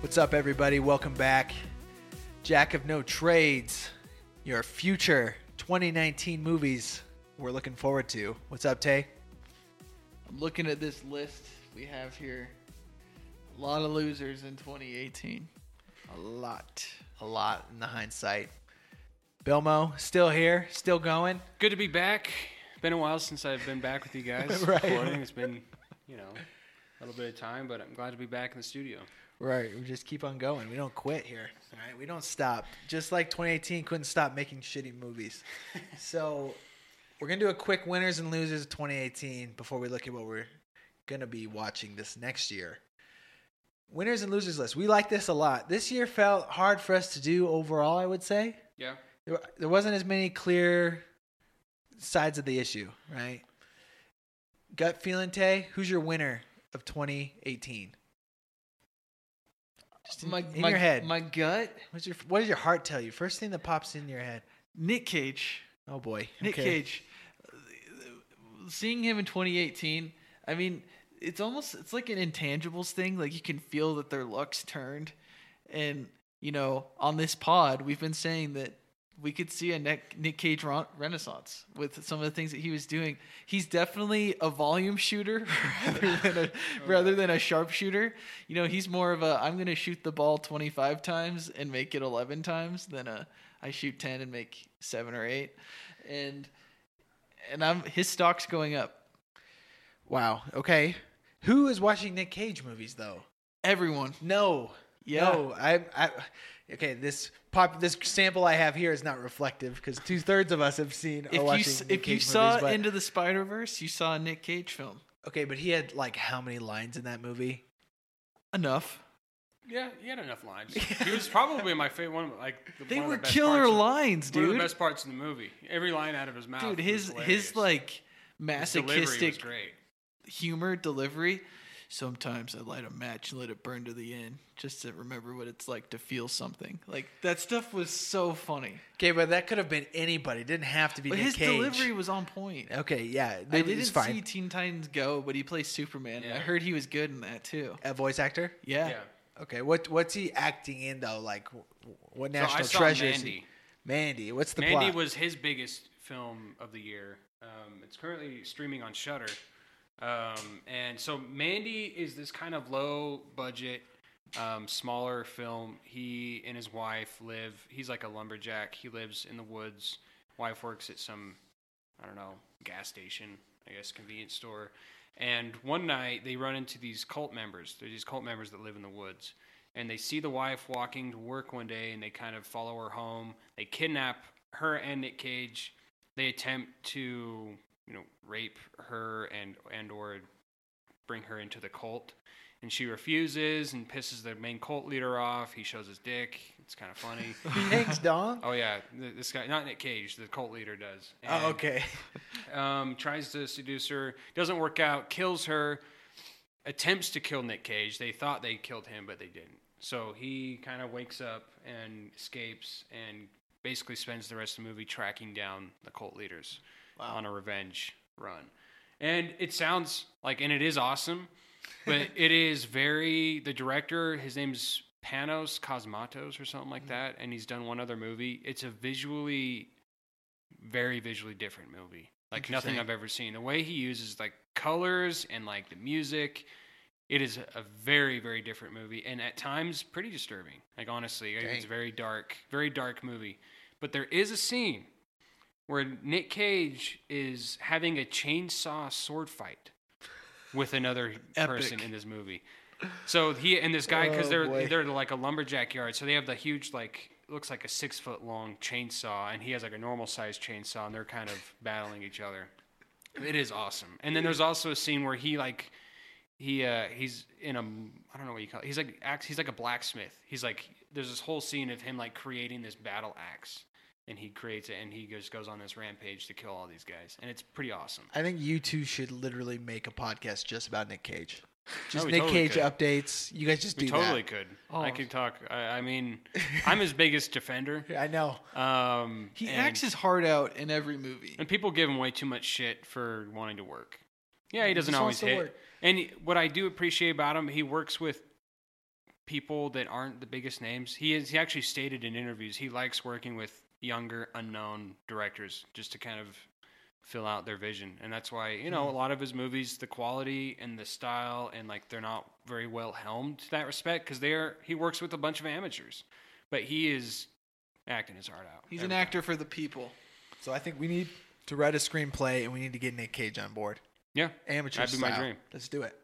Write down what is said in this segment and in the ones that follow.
What's up, everybody? Welcome back. Jack of No Trades, your future 2019 movies we're looking forward to. What's up, Tay? I'm looking at this list we have here. A lot of losers in 2018. A lot. A lot in the hindsight. Bilmo, still here, still going. Good to be back. Been a while since I've been back with you guys. Right. Recording. It's been, you know, a little bit of time, but I'm glad to be back in the studio. Right. We just keep on going. We don't quit here. All right. We don't stop. Just like 2018 couldn't stop making shitty movies. so we're going to do a quick winners and losers of 2018 before we look at what we're going to be watching this next year. Winners and losers list. We like this a lot. This year felt hard for us to do overall, I would say. Yeah. There, there wasn't as many clear sides of the issue, right? Gut feeling, Tay, who's your winner of 2018? Just in, my, in my- your head. My gut. What's your What does your heart tell you? First thing that pops in your head. Nick Cage. Oh boy, Nick Okay. Cage. Seeing him in 2018, I mean, it's almost it's like an intangibles thing. Like you can feel that their luck's turned, and you know, on this pod, we've been saying that we could see a Nick, Nick Cage ron- renaissance with some of the things that he was doing. He's definitely a volume shooter rather than a rather than a sharpshooter. You know, he's more of a I'm going to shoot the ball 25 times and make it 11 times than a I shoot 10 and make 7 or 8. And and I'm his stock's going up. Wow. Okay. Who is watching Nick Cage movies though? Everyone. No. Yeah. No. I. I. Okay. This pop. This sample I have here is not reflective because two thirds of us have seen. Are If you watching s- Nick if Cage you saw movies, but- Into the Spider-Verse, you saw a Nick Cage film. Okay, but he had like how many lines in that movie? Enough. Yeah, he had enough lines. He was probably my favorite one. Like the, They one of were the best killer parts of- lines, One of dude. the best parts in the movie. Every line out of his mouth. Dude, was his hilarious. his like His delivery was masochistic great. humor delivery. Sometimes I light a match and let it burn to the end, just to remember what it's like to feel something. Like that stuff was so funny. Okay, but that could have been anybody. It didn't have to be But Nick his Cage. delivery was on point. Okay, yeah, I it's didn't fine. see Teen Titans Go, but he plays Superman. and I Yeah. heard he was good in that too. a voice actor. Yeah. Yeah. Okay, what what's he acting in though? Like, wh- wh- what So I national saw treasure? is he- Mandy. Mandy. What's the Mandy plot? was his biggest film of the year. Um, it's currently streaming on Shutter, um, and so Mandy is this kind of low budget, um, smaller film. He and his wife live. He's like a lumberjack. He lives in the woods. Wife works at some, I don't know, gas station. I guess convenience store. And one night they run into these cult members. There's these cult members that live in the woods. And they see the wife walking to work one day and they kind of follow her home. They kidnap her and Nick Cage. They attempt to, you know, rape her and and or bring her into the cult. And she refuses and pisses the main cult leader off. He shows his dick. It's kind of funny. Thanks, Dong. oh yeah, th- this guy, not Nick Cage, the cult leader does. And- Oh, okay. um, tries to seduce her, doesn't work out, kills her, attempts to kill Nick Cage. They thought they killed him, but they didn't. So he kind of wakes up and escapes and basically spends the rest of the movie tracking down the cult leaders on a revenge run. And it sounds like, and it is awesome, but it is very, the director, his name's Panos Cosmatos or something like that, and he's done one other movie. It's a visually very visually different movie. Like nothing Interesting. I've ever seen. The way he uses like colors and like the music, it is a very very different movie, and at times pretty disturbing. Like honestly, like, it's Dang. very dark, very dark movie. But there is a scene where Nick Cage is having a chainsaw sword fight with another Epic. person in this movie. So he and this guy because Oh, they're boy. they're like a lumberjack yard, so they have the huge like looks like a six foot long chainsaw, and he has like a normal sized chainsaw, and they're kind of battling each other. It is awesome. And then there's also a scene where he like he uh he's in a I don't know what you call it. He's like axe. He's like a blacksmith. He's like there's this whole scene of him like creating this battle axe, and he creates it, and he just goes on this rampage to kill all these guys, and it's pretty awesome. I think you two should literally make a podcast just about Nick Cage. Just we Nick totally Cage could. updates. You guys just We do totally could. I Oh. could talk. I, I mean, I'm his biggest defender. that. I know. Um, He and- acts his heart out in every movie. And people give him way too much shit for wanting to work. Yeah, he doesn't just always wants to hit. work. And he- what I do appreciate about him, he works with people that aren't the biggest names. He is. He actually stated in interviews he likes working with younger, unknown directors just to kind of fill out their vision, and that's why you know a lot of his movies, the quality and the style, and like they're not very well helmed to that respect because they're he works with a bunch of amateurs, but he is acting his heart out. He's every an time. actor for the people. So I think we need to write a screenplay and we need to get Nick Cage on board. Yeah, Amateur That'd be my style. dream. Let's do it.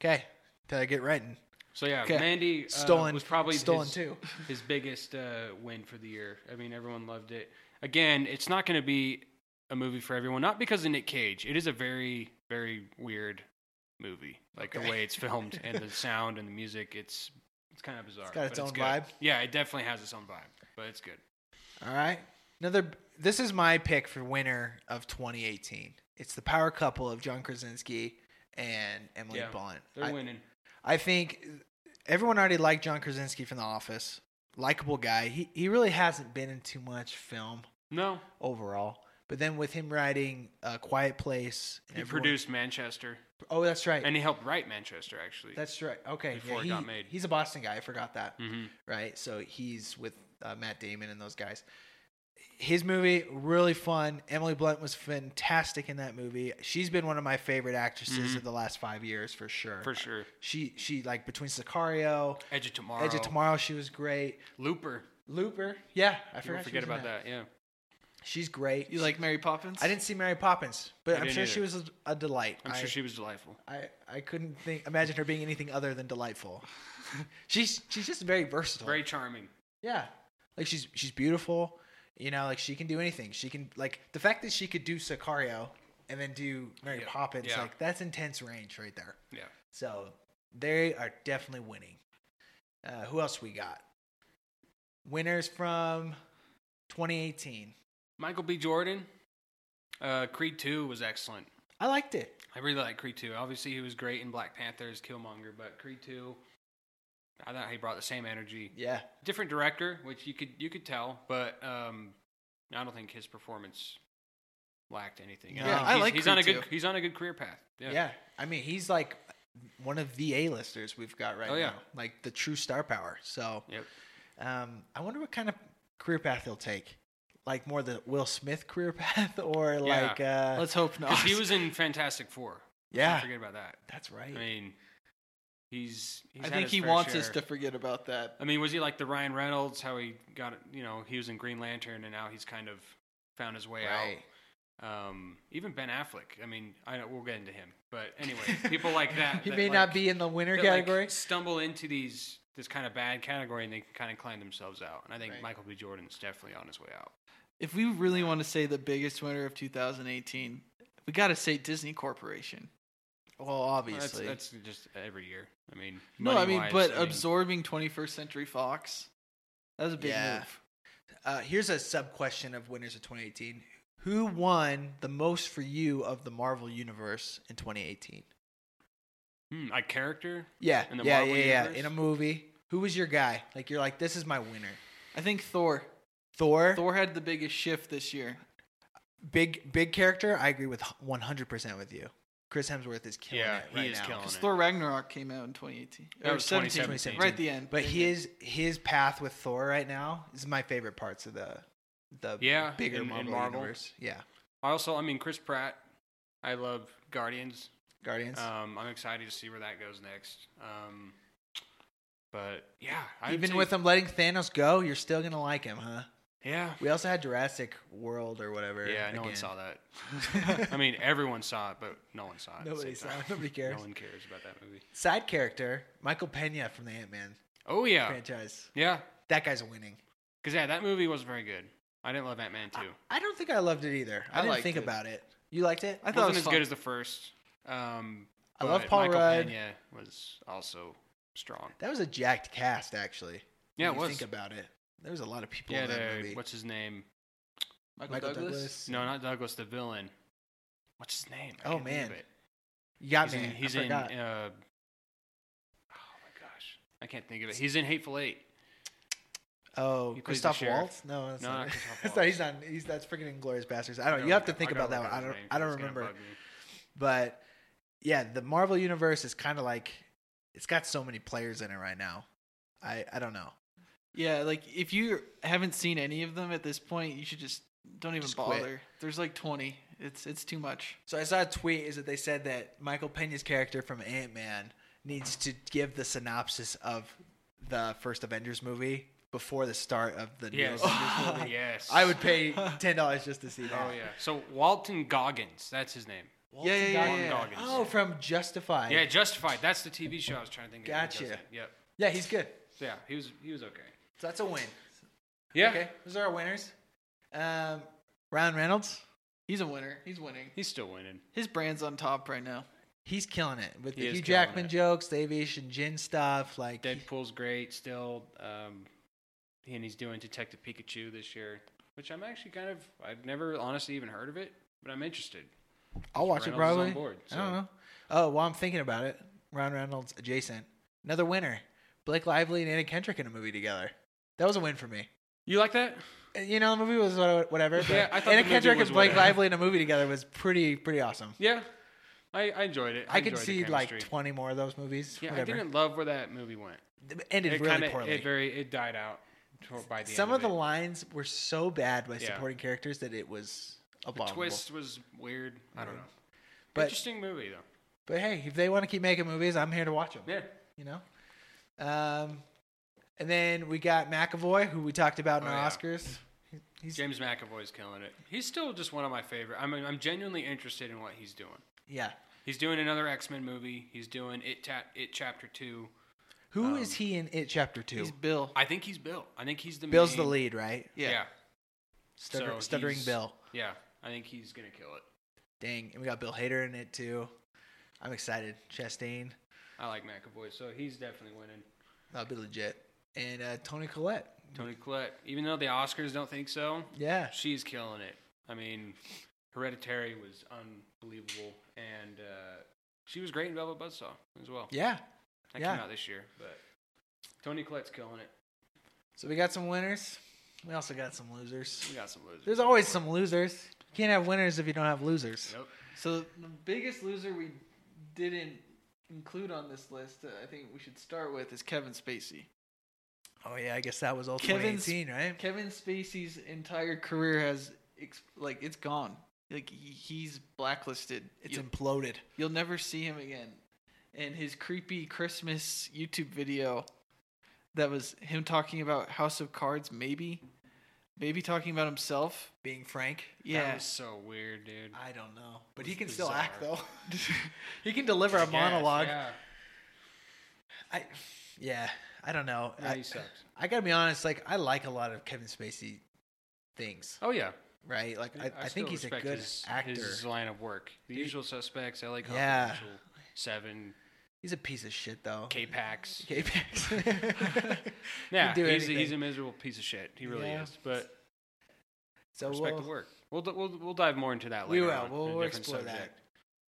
Okay. Till I get writing. So yeah, Okay. Mandy uh, Stolen was probably stolen his, too. his biggest uh, win for the year. I mean, everyone loved it. Again, it's not going to be a movie for everyone, not because of Nick Cage. It is a very, very weird movie, like Okay. the way it's filmed and the sound and the music. It's it's kind of bizarre. got its but own good. vibe. Yeah, it definitely has its own vibe, but it's good. All right. Another. This is my pick for winner of 2018. It's the power couple of John Krasinski and Emily Yeah, Blunt. They're I- winning. I think everyone already liked John Krasinski from The Office. Likable guy. He he really hasn't been in too much film No, overall. But then with him writing A Quiet Place, and he everyone- produced Manchester, Oh, that's right. and he helped write Manchester actually. that's right. Okay, Before yeah, it he- got made. He's a Boston guy. I forgot that. hmm Right. So he's with uh, Matt Damon and those guys. His movie really fun. Emily Blunt was fantastic in that movie. She's been one of my favorite actresses Mhm. of the last five years for sure. for sure. She she like between Sicario, Edge of Tomorrow, Edge of Tomorrow, she was great. Looper. Looper. Yeah, I People forgot she forget was in about that. Yeah, She's great. You like Mary Poppins? I didn't see Mary Poppins, but I'm didn't sure she was a, a delight. I'm I- sure she was delightful. I, I couldn't think imagine her being anything other than delightful. she's she's just very versatile. Very charming. Yeah. Like she's she's beautiful. You know, like she can do anything. She can like the fact that she could do Sicario and then do Mary Yeah. Poppins, Yeah. like that's intense range right there. Yeah. So they are definitely winning. Uh, who else we got? Winners from 2018. Michael B. Jordan, uh, Creed 2 was excellent. I liked it. I really like Creed 2. Obviously, he was great in Black Panther as Killmonger, but Creed 2, I thought he brought the same energy. Yeah. Different director, which you could you could tell, but um, I don't think his performance lacked anything. And No. think I he's- like he's on a Creed good 2. he's on a good career path. Yeah. Yeah, I mean, he's like one of the A-listers we've got right Oh, yeah. now. Like the true star power. So Yep. um, I wonder what kind of career path he'll take. Like more the Will Smith career path or like uh Let's hope not. 'Cause he was in Fantastic Four. yeah, Don't forget about that. that's right. I mean, he's. he's I had think his he fair wants share. us to forget about that. I mean, was he like the Ryan Reynolds? How he got, you know, he was in Green Lantern, and now he's kind of found his way Right. out. Um, even Ben Affleck. I mean, I know we'll get into him, but anyway, people like that. He that, may like- not be in the winner that, like, category. stumble into these this kind of bad category, and they can kind of climb themselves out. And I think Right. Michael B. Jordan's definitely on his way out. If we really want to say the biggest winner of 2018, we got to say Disney Corporation. well, That's, obviously. that's just every year. I mean, No, I mean, money-wise, but absorbing 21st Century Fox. That was a big Yeah. move. uh, here's a sub question of winners of 2018. Who won the most for you of the Marvel universe in 2018? hmm, a character. Yeah. In the yeah, Marvel yeah, yeah. universe? In a movie. Who was your guy? Like you're like, this is my winner. I think Thor. Thor, Thor had the biggest shift this year. big big character. I agree with 100 percent with you. Chris Hemsworth is killing Yeah, it he right is now. killing Because it. Thor Ragnarok came out in 2018. That or was 17, 2017. Right at the end. But his his path with Thor right now is my favorite parts of the the Yeah, bigger in- in Marvel, Marvel. universe. Yeah, Also, I mean, Chris Pratt. I love Guardians. Guardians. Um, I'm excited to see where that goes next. Um, but yeah, I Even with him letting Thanos go, you're still gonna like him, huh? yeah, We also had Jurassic World or whatever. yeah, no one again. saw that. I mean, everyone saw it, but no one saw it. at the Nobody same saw it. time. Nobody cares. no one cares about that movie. Side character Michael Pena from the Ant Man Oh yeah, franchise. yeah, That guy's winning. because yeah, that movie was very good. I didn't love Ant Man two. I don't think I loved it either. I, I didn't liked think it. about it. You liked it? I It wasn't thought it was as fun. good as the first. Um, I love but Paul Michael Rudd. Pena was also strong. That was a jacked cast, actually. Yeah, when it you was. Think about it. There was a lot of people yeah, in that the, movie. what's his name? Michael, Michael Douglas. Douglas. No, not Douglas, the villain. What's his name? I Oh, can't think of man. it. You got He's me. in. He's I in forgot. uh, oh my gosh, I can't think of it. He's in Hateful Eight. oh, he plays the Christoph sheriff. Waltz? No, that's No, not. not Christoph that's not- Waltz. he's not. He's that's freaking Inglorious Bastards. I don't. gotta Oh, you have to look think up- about gotta that one. I look up his don't. name 'cause I don't it's gonna remember. bug me. But yeah, the Marvel universe is kind of like it's got so many players in it right now. I I don't know. Yeah, like if you haven't seen any of them at this point, you should just don't even Just quit. bother. There's like 20. It's it's too much. So I saw a tweet is that they said that Michael Pena's character from Ant Man needs to give the synopsis of the first Avengers movie before the start of the new Yes. Avengers movie. yes. I would pay ten dollars just to see that. Oh yeah. So Walton Goggins, that's his name. Walton Yeah, yeah, yeah, Goggins. yeah. Walton Goggins. Oh, from Justified. Yeah, Justified. That's the TV show I was trying to think. of. Gotcha. Does it. Yep. yeah, he's good. So yeah, he was he was okay. So that's a win. Yeah. Okay, those are our winners. Um, Ryan Reynolds, He's a winner. He's winning. He's still winning. His brand's on top right now. he's killing it with He the is Hugh killing Jackman it. jokes, the aviation gin stuff. Like, Deadpool's great still. Um, and he's doing Detective Pikachu this year, which I'm actually kind of I've never honestly even heard of it, but I'm interested. I'll watch it Reynolds is on probably. board, I don't so- know. Oh, while I'm thinking about it, Ryan Reynolds adjacent, another winner. Blake Lively and Anna Kendrick in a movie together. That was a win for me. You like that? Uh, You know, the movie was what- whatever. But Yeah, I thought the Anna movie Kendrick was and Blake whatever. Lively in a movie together was pretty pretty awesome. Yeah. I, I enjoyed it. I, could enjoyed the see like chemistry. 20 more of those movies. Yeah, whatever. I didn't love where that movie went. It ended really kinda- poorly. It very it died out to- by the Some end of the it. lines were so bad by Yeah. supporting characters that it was The abominable. twist was weird. I don't know. But- Interesting movie though. But hey, if they want to keep making movies, I'm here to watch them. Yeah. You know. Um, and then we got McAvoy, who we talked about in Oh, our yeah. Oscars. He's James McAvoy's killing it. He's still just one of my favorite. I mean, I'm genuinely interested in what he's doing. yeah. He's doing another X Men movie. He's doing it. Ta- it Chapter Two. Who is Um, he in It Chapter Two? He's Bill. I think he's Bill. I think he's the Bill's main- the lead, right? Yeah. yeah. Stutter, So stuttering he's- Bill. Yeah. I think he's gonna kill it. Dang, and we got Bill Hader in it too. I'm excited. Chastain, I like McAvoy, so he's definitely winning. that'll be legit. And uh, Tony Collette. Tony Collette, even though the Oscars don't think so, Yeah, she's killing it. I mean, Hereditary was unbelievable, and uh, she was great in Velvet Buzzsaw as well. yeah. that yeah. came out this year, but Tony Collette's killing it. So we got some winners. We also got some losers. We got some losers. There's always some losers. You can't have winners if you don't have losers. Nope. So the biggest loser we didn't include on this list, uh, I think we should start with is Kevin Spacey. Oh yeah, I guess that was all Kevin's- 2018, right? Kevin Spacey's entire career has ex- like it's gone. Like he, he's blacklisted. It's you'll, imploded. you'll never see him again. And his creepy Christmas YouTube video that was him talking about House of Cards, maybe, maybe talking about himself. Being Frank, That Yeah, was so weird, dude. I don't know, but It he was can still act bizarre. though. he can deliver a Yes, monologue. Yeah. I, yeah, I don't know. Yeah, I, he sucks. I gotta be honest. Like, I like a lot of Kevin Spacey things, Oh yeah. right? Like, I, I, still think he's a respect good his, actor. His line of work. The He- Usual Suspects, L.A. Confidential, Yeah. Seven, He's a piece of shit though. K-Pax. K-Pax. Yeah, He'd do he's a, anything. he's a miserable piece of shit. He really Yeah. is. But so respect we'll, the work. We'll, d- we'll we'll dive more into that we later. will. on, in a We'll different explore subject.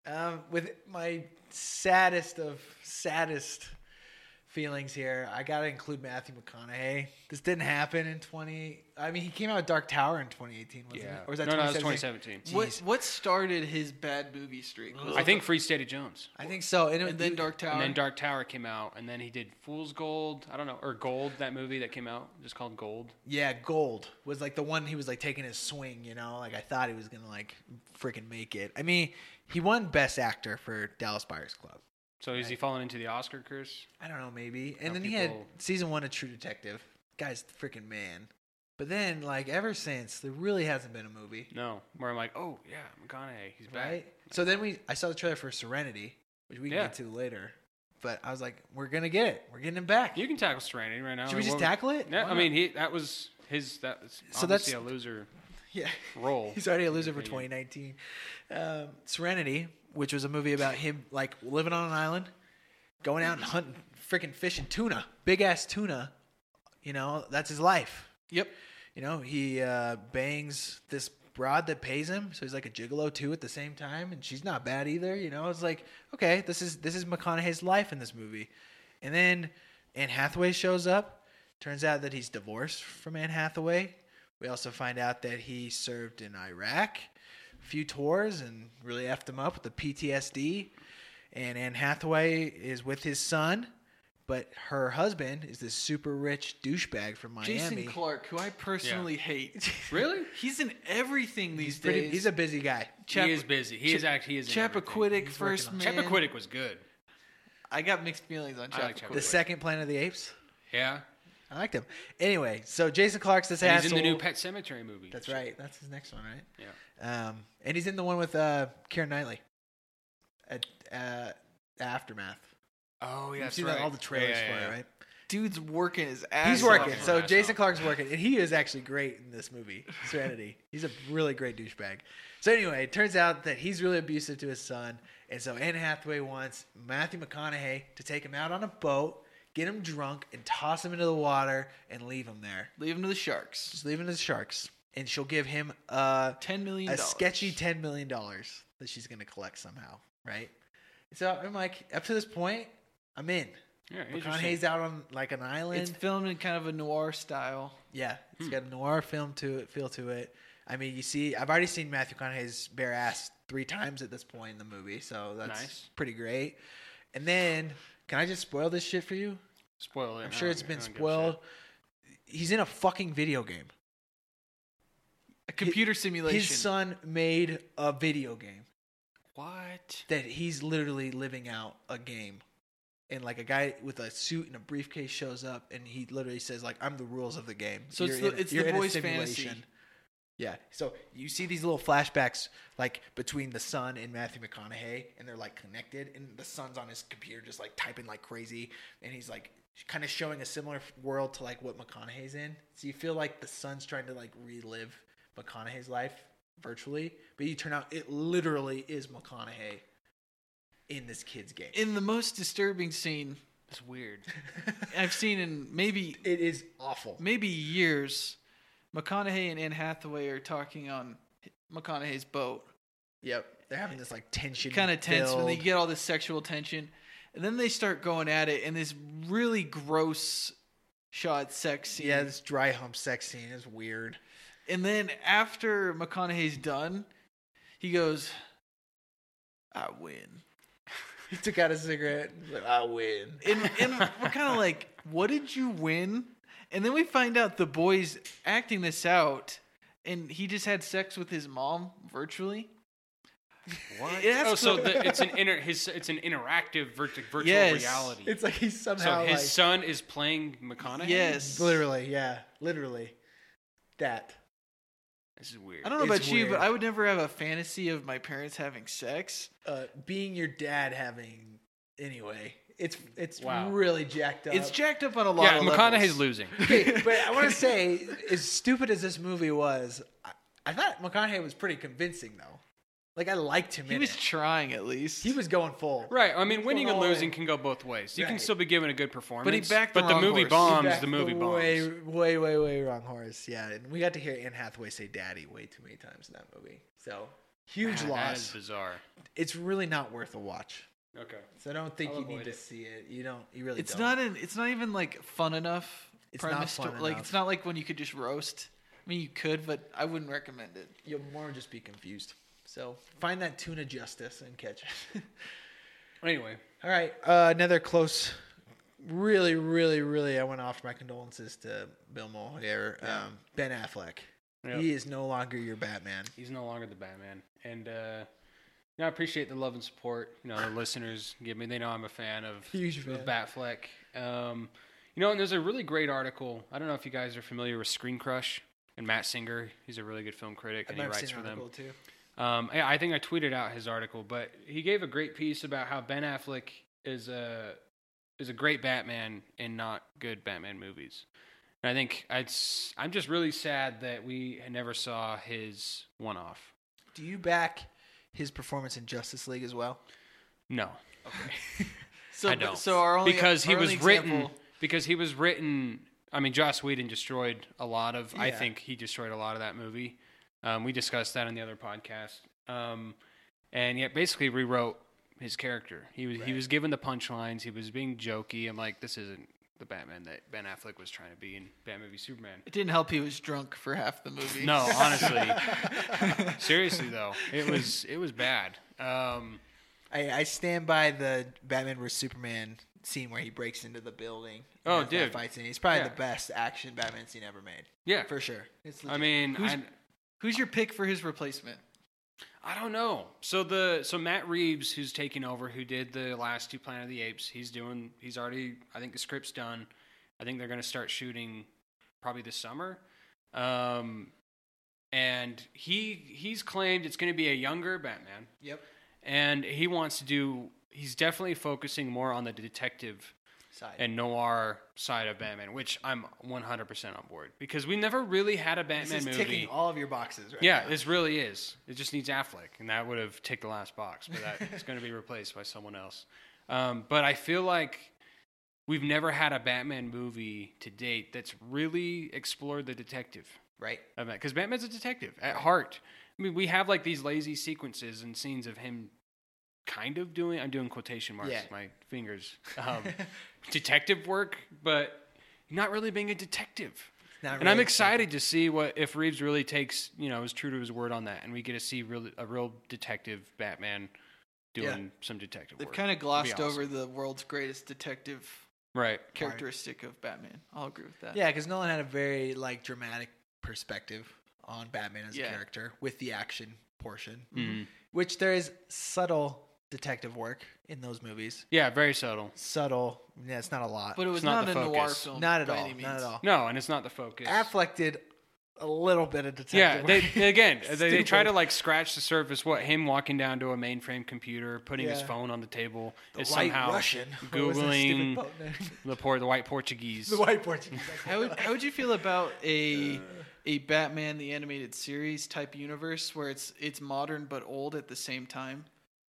that. Um, with my saddest of saddest feelings here, I gotta include Matthew McConaughey. This didn't happen in twenty. I mean, he came out with Dark Tower in twenty eighteen, wasn't Yeah. it? Or was that no, no, that was 2017? 2017. what Jeez. what started his bad movie streak? Was I think Free State of Jones. I think so. And, it- and then Dark Tower. And then Dark Tower came out, and then he did Fool's Gold. I don't know, or Gold, that movie that came out, just called Gold. Yeah, Gold was like the one he was like taking his swing, you know? Like I thought he was going to like freaking make it. I mean, he won best actor for Dallas Buyers Club. So is he falling into the Oscar curse? I don't know, maybe. And How then he had people- season 1 of True Detective. Guy's the freaking man. But then like ever since there really hasn't been a movie, No. Where I'm like, oh yeah, McConaughey, he's back. right? So then we I saw the trailer for Serenity, which we can Yeah. get to later. But I was like, we're going to get it. We're getting him back. You can tackle Serenity right now. Should I we mean, just what tackle it? No, Why I not? mean, he that was his. That was So so that's- that's a loser yeah. role. He's already a loser for opinion. 2019. Um, Serenity, which was a movie about him like living on an island, going out and hunting freaking fish and tuna, big ass tuna. You know, that's his life. yep. You know, he uh, bangs this broad that pays him, so he's like a gigolo too at the same time, and she's not bad either. You know, it's like okay, this is this is McConaughey's life in this movie, and then Anne Hathaway shows up. Turns out that he's divorced from Anne Hathaway. We also find out that he served in Iraq, a few tours, and really effed him up with the PTSD. And Anne Hathaway is with his son, But her husband is this super rich douchebag from Miami. Jason Clark, who I personally hate. Really? He's in everything these He's pretty- days. he's a busy guy. he is busy. He is act. He is. in everything. Chappaquiddick first man. Chappaquiddick was good. I got mixed feelings on I like Chappaquiddick. The second Planet of the Apes. Yeah. I liked him. Anyway, so Jason Clark's this And he's asshole. in the new Pet Cemetery movie. That's right. That's his next one, right? Yeah. Um, and he's in the one with uh, Karen Knightley. At, uh, Aftermath. Oh yeah. You've That's seen right. all the trailers Yeah, yeah, for yeah. it, right? Dude's working his ass. He's off. working. him. So I saw Jason him. Clark's working, and he is actually great in this movie, Serenity. he's a really great douchebag. So anyway, it turns out that he's really abusive to his son, and so Anne Hathaway wants Matthew McConaughey to take him out on a boat, get him drunk, and toss him into the water and leave him there. Leave him to the Sharks. Just leave him to the sharks, and she'll give him a Ten million. a sketchy ten million dollars that she's going to collect somehow, right? So I'm like, up to this point, I'm in. Yeah, interesting. McConaughey's out on like an island. It's filmed in kind of a noir style. Yeah, it's Hmm. got a noir film to it, feel to it. I mean, you see, I've already seen Matthew McConaughey's bare ass three times at this point in the movie, so that's Nice. pretty great. And then, can I just spoil this shit for you? Spoil it. I'm I sure don't- it's I been don't give a spoiled. shit. He's in a fucking video game. A computer simulation. His son made a video game What? that he's literally living out a game. And like a guy with a suit and a briefcase shows up, and he literally says like, "I'm the rules of the game." So it's You're the- in a- it's the you're in a boy's fantasy. simulation." Yeah. So you see these little flashbacks like between the son and Matthew McConaughey, and they're like connected, and the son's on his computer just like typing like crazy, and he's like kind of showing a similar world to like what McConaughey's in. So you feel like the son's trying to like relive McConaughey's life virtually, but you turn out it literally is McConaughey in this kid's game. in the most disturbing scene That's weird. I've seen in maybe It is awful. maybe years, McConaughey and Anne Hathaway are talking on McConaughey's boat. Yep. They're having this like tension. Kind of tense when they filled- get all this sexual tension. And then they start going at it in this really gross shot sex scene. Yeah, this dry hump sex scene is weird. And then after McConaughey's done, he goes, I win. He took out a cigarette. and was like, I win. And, and we're kind of like, what did you win? And then we find out the boy's acting this out, and he just had sex with his mom virtually. What? It has oh, so cl- the, it's an inter, his, it's an interactive virtu, virtual Yes. reality. It's like he's so somehow his like son is playing McConaughey. Yes. literally, yeah, literally that. This is weird. I don't know It's about you, weird. but I would never have a fantasy of my parents having sex. Uh, being your dad having anyway, it's it's Wow. really jacked up. It's jacked up on a lot Yeah, of McConaughey's levels. losing. Okay, but I want to say, as stupid as this movie was, I, I thought McConaughey was pretty convincing though. Like I liked him. He in was it. trying at least. he was going full. Right. I mean, winning going and all losing in. can go both ways. You can Right. still be given a good performance. backed the But the wrong movie horse. He bombs. Back the movie bombs. Ah, way, Way, way, way wrong horse. Yeah, and we got to hear Anne Hathaway say "daddy" way too many times in that movie. So huge Ah, That is loss. bizarre. It's really not worth a watch. Okay. So I don't think I'll you need avoid to it. see it. You don't. You really. it's don't. not an. It's not even like fun enough. It's not premise fun to- Like enough. it's not like when you could just roast. I mean, you could, but I wouldn't recommend it. You'll more just be confused. So find that tuna justice and catch it. Anyway, All right, uh, another close. Really, really, really, I want to offer my condolences to Bill Mulher, um, Ben Affleck. Yep. He is no longer your Batman. he's no longer the Batman, and uh, you know, I appreciate the love and support. You know, the listeners give me. They know I'm a fan of Huge of Batfleck. Um, you know, and there's a really great article. I don't know if you guys are familiar with Screen Crush and Matt Singer. He's a really good film critic, and he I've writes seen for them. Article too. Um, I, I think I tweeted out his article, but he gave a great piece about how Ben Affleck is a is a great Batman in not good Batman movies. And I think I'd, s- I'm just really sad that we never saw his one off. Do you back his performance in Justice League as well? No, So, I don't. so our only because he our was only written example- because he was written. I mean, Joss Whedon destroyed a lot of. I Yeah. think he destroyed a lot of that movie. Um, we discussed that on the other podcast. Um, and yet, basically, rewrote his character. He was he was given the punchlines. He was being jokey. I'm like, this isn't the Batman that Ben Affleck was trying to be in Batman v Superman. It didn't help. He was drunk for half the movie. No, honestly, seriously though, it was it was bad. Um, I, I stand by the Batman vs Superman scene where he breaks into the building. and Oh, has that dude. Fight scene. He's probably Yeah. Uh, the best action Batman scene ever made, Yeah, for sure. It's I legit. mean, Who's- I, Who's your pick for his replacement? I don't know. So the so Matt Reeves, who's taking over, who did the last two Planet of the Apes, he's doing. He's already. I think the script's done. I think they're going to start shooting probably this summer. Um, and he he's claimed it's going to be a younger Batman, yep. and he wants to do. He's definitely focusing more on the detective Side. and noir side of Batman, which I'm 100% on board because we never really had a this Batman is movie. ticking all of your boxes, right? Yeah, now. this really is. It just needs Affleck, and that would have ticked the last box, but that it's going to be replaced by someone else. Um, but I feel like we've never had a Batman movie to date that's really explored the detective right. of that because Batman's a detective at heart. I mean, we have like these lazy sequences and scenes of him kind of doing. I'm doing quotation marks Yeah. with my fingers. Um, detective work, but not really being a detective Not and I'm really- excited to see what if Reeves really takes you know is true to his word on that, and we get to see real a real detective Batman doing Yeah. some detective They've work. kind of glossed awesome. over the world's greatest detective right, characteristic of Batman. I'll agree with that. Yeah, because Nolan had a very like dramatic perspective on Batman as Yeah. a character with the action portion, Mhm. which there is subtle detective work in those movies. yeah, very subtle. Subtle. Yeah, it's not a lot. But it was not not, the a noir focus. film. not at by all. any Not at means. all. No, and it's not the focus. Affleck did a little bit of detective yeah, they, work. they- again, they, they try Stupid. to like scratch the surface. What him walking down to a mainframe computer, putting his Yeah. phone on the table, The is White somehow Russian. What was that stupid googling boat name? the poor the white Portuguese. the white Portuguese. How would, how would you feel about a Uh. a Batman the animated series type universe where it's it's modern but old at the same time,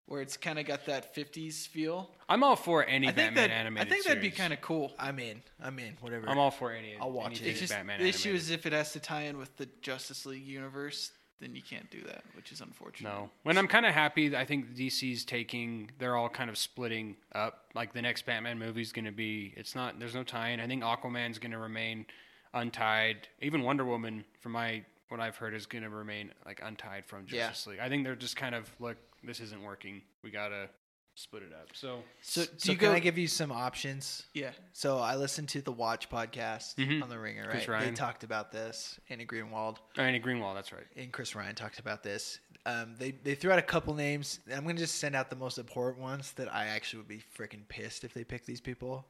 where it's kind of got that '50s feel? I'm all for any I think Batman that animated. I think that'd be series. kind of cool. I'm in. I'm in. Whatever. I'm all for any. I'll watch anything it. It's just Batman the issue animated. is if it has to tie in with the Justice League universe, then you can't do that, which is unfortunate. No. When I'm kind of happy, I think DC's taking, they're all kind of splitting up. Like the next Batman movie's going to be, it's not, there's no tie in. I think Aquaman's going to remain untied. Even Wonder Woman, from my, what I've heard, is going to remain like untied from Yeah. Justice League. I think they're just kind of, look, this isn't working. We got to split it up. So, So do so you can go? I give you some options? yeah. So I listened to the Watch podcast Mhm. on the Ringer, Chris right? They Ryan. talked about this. Andy Greenwald oh, Andy Greenwald, that's right. and Chris Ryan talked about this. Um, they they threw out a couple names. I'm gonna just send out the most abhorrent ones that I actually would be freaking pissed if they picked these people.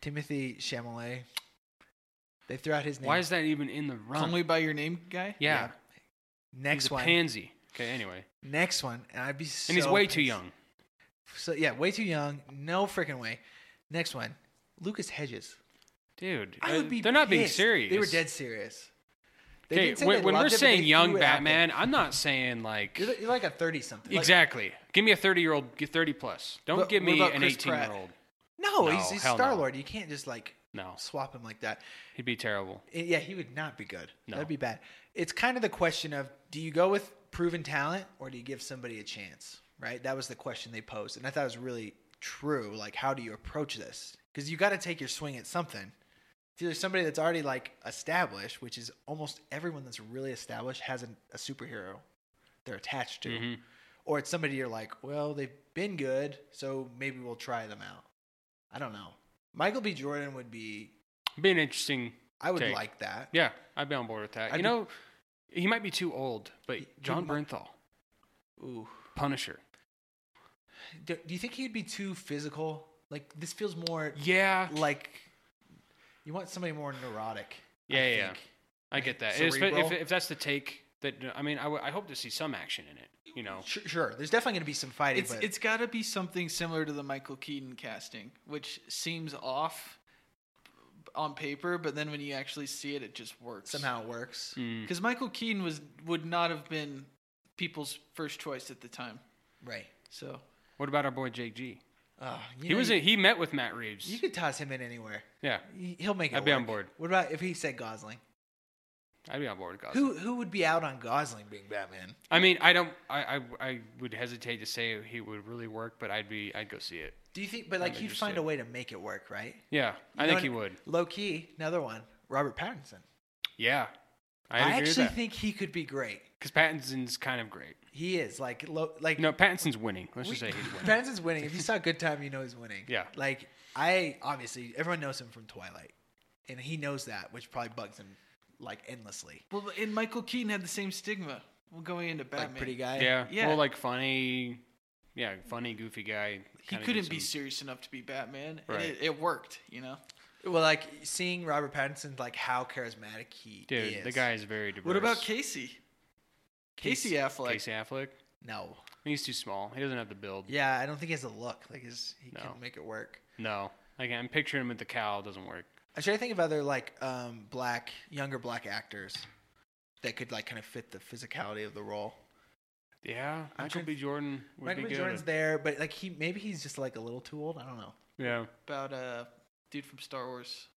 Timothy Chalamet. They threw out his name. Why is that even in the run? Call me by your name, guy. yeah. next he's a one? pansy. Okay, anyway. Next one, and I'd be. So And he's way too pissed. young. So yeah, way too young. No freaking way. Next one, Lucas Hedges. Dude, I would be. Uh, they're not being pissed. serious. They were dead serious. They Okay, didn't say when, they when loved we're it, but saying they young threw it out Batman, I'm not saying like there. you're, you're like a thirty-something. exactly. Give me a 30 year old, 30 plus. Don't But give what me about an Chris 18 Pratt? year old. no, No, he's, he's hell no. Star Lord. You can't just like No, swap him like that. he'd be terrible. I- yeah, he would not be good. No. That'd be bad. It's kind of the question of do you go with proven talent or do you give somebody a chance? Right? That was the question they posed, and I thought it was really true. Like, how do you approach this? Because you got to take your swing at something. It's either somebody that's already like established, which is almost everyone that's really established has an, a superhero they're attached to, Mhm. or it's somebody you're like, well, they've been good, so maybe we'll try them out. I don't know. Michael B. Jordan would be. Be an interesting. I would Take. like that. Yeah, I'd be on board with that. I'd you be- know, he might be too old, but He- he John might- Bernthal, Ooh. Punisher. Do, do you think he'd be too physical? Like this feels more Yeah, like you want somebody more neurotic. I Yeah, yeah. think. I get that. If, if, Cerebral. if that's the take, that I mean, I, w- I hope to see some action in it. You know, Sure, sure. There's definitely going to be some fighting, It's but it's got to be something similar to the Michael Keaton casting, which seems off on paper, but then when you actually see it, it just works somehow it works. Mm. Because Michael Keaton was would not have been people's first choice at the time. Right. So what about our boy Jake G? Oh, you he know, was you, a, he met with Matt Reeves. you could toss him in anywhere. yeah, He- He'll make it. I'd be on work. board. What about if he said Gosling? I'd be on board. With Who who would be out on Gosling being Batman? I mean, I don't. I, I I would hesitate to say he would really work, but I'd be. I'd go see it. Do you think? But like I'm he'd find interested. a way to make it work, right? Yeah, I You think know, he would. Low key, another one. Robert Pattinson. Yeah, I, I agree with actually that. think he could be great. Because Pattinson's kind of great. He is like low, like No, Pattinson's winning. Let's We- just say he's winning. Pattinson's winning. If you saw Good Time, you know he's winning. Yeah. Like I obviously everyone knows him from Twilight, and he knows that, which probably bugs him like endlessly. Well, and Michael Keaton had the same stigma going into Batman. Like pretty guy. Yeah. Yeah. Well, like funny. Yeah, funny, goofy guy. He kinda couldn't do be some- serious enough to be Batman, Right. and it, it worked. You know, Well, like seeing Robert Pattinson, like how charismatic he Dude, is. the guy is very diverse. what about Casey? Casey, Casey- Affleck. Casey Affleck? No. He's too small. He doesn't have the build. Yeah, I don't think he has a look. Like his, he No. can make it work. No. Like, I'm picturing him with the cow. It doesn't work. I try to think of other like um, black, younger black actors that could like kind of fit the physicality of the role. Yeah. I'm Michael trying- B. Jordan would Michael be B. good. Jordan's there, but like he maybe he's just like a little too old. I don't know. Yeah. About uh, dude from Star Wars.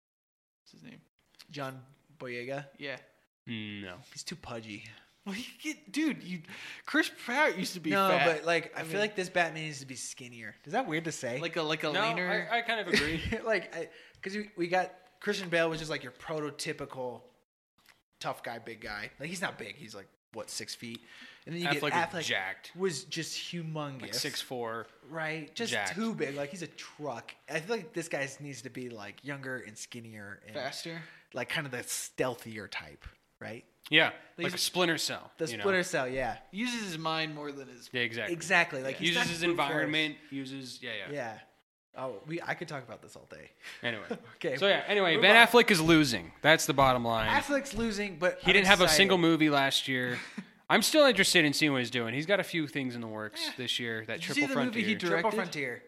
What's his name? John Boyega, Yeah. Mm, No. he's too pudgy. Well, you get, dude, you Chris Pratt used to be no, fat. but like I, I feel mean- like this Batman needs to be skinnier. Is that weird to say? like a like a No, leaner. I, I kind of agree. like because we, we got Christian Bale was just like your prototypical tough guy, big guy. Like he's not big. He's like what six feet, and then you Affleck, get Affleck is jacked. was just humongous, Like six four. right? Just jacked. too big. Like he's a truck. I feel like this guy needs to be like younger and skinnier and faster. like kind of the stealthier type, right? Yeah. Like Like he's- a splinter cell. The you know? splitter cell, yeah, Uses his mind more than his. Yeah, exactly. exactly. Like he's Uses not his brute force. environment. Uses. Yeah, yeah. Yeah. Oh, we I could talk about this all day. Anyway. Okay. So, yeah, anyway, Move Ben on. Affleck is losing. That's the bottom line. Affleck's losing, but He I'm didn't have a excited. single movie last year. I'm still interested in seeing what he's doing. He's got a few things in the works this year. That Did you see triple the movie frontier, he Triple directed? Frontier.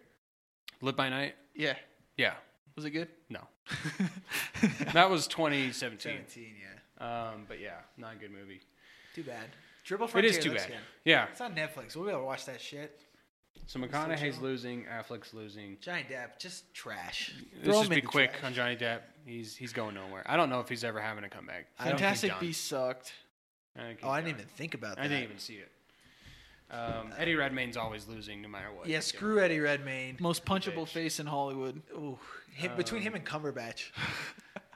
Live by Night. Yeah. Yeah, Was it good? no, that was 2017. Seventeen, yeah. Um, but yeah, not a good movie. Too bad. Triple It Frontier. is too looks bad. good. Yeah. It's on Netflix. We'll be able to watch that shit. So McConaughey's losing. Affleck's losing. Johnny Depp, just trash. Let's Throw just him be in the quick trash. on Johnny Depp. He's he's going nowhere. I don't know if he's ever having a comeback. I don't think Fantastic John- Beast sucked. I think Oh, I didn't he's even think about that. done. I didn't even see it. Um, Eddie Redmayne's always losing, no matter what. Yeah, he's doing. screw Eddie Redmayne. Most punchable Bitch. face in Hollywood. Ooh, him, Um, between him and Cumberbatch.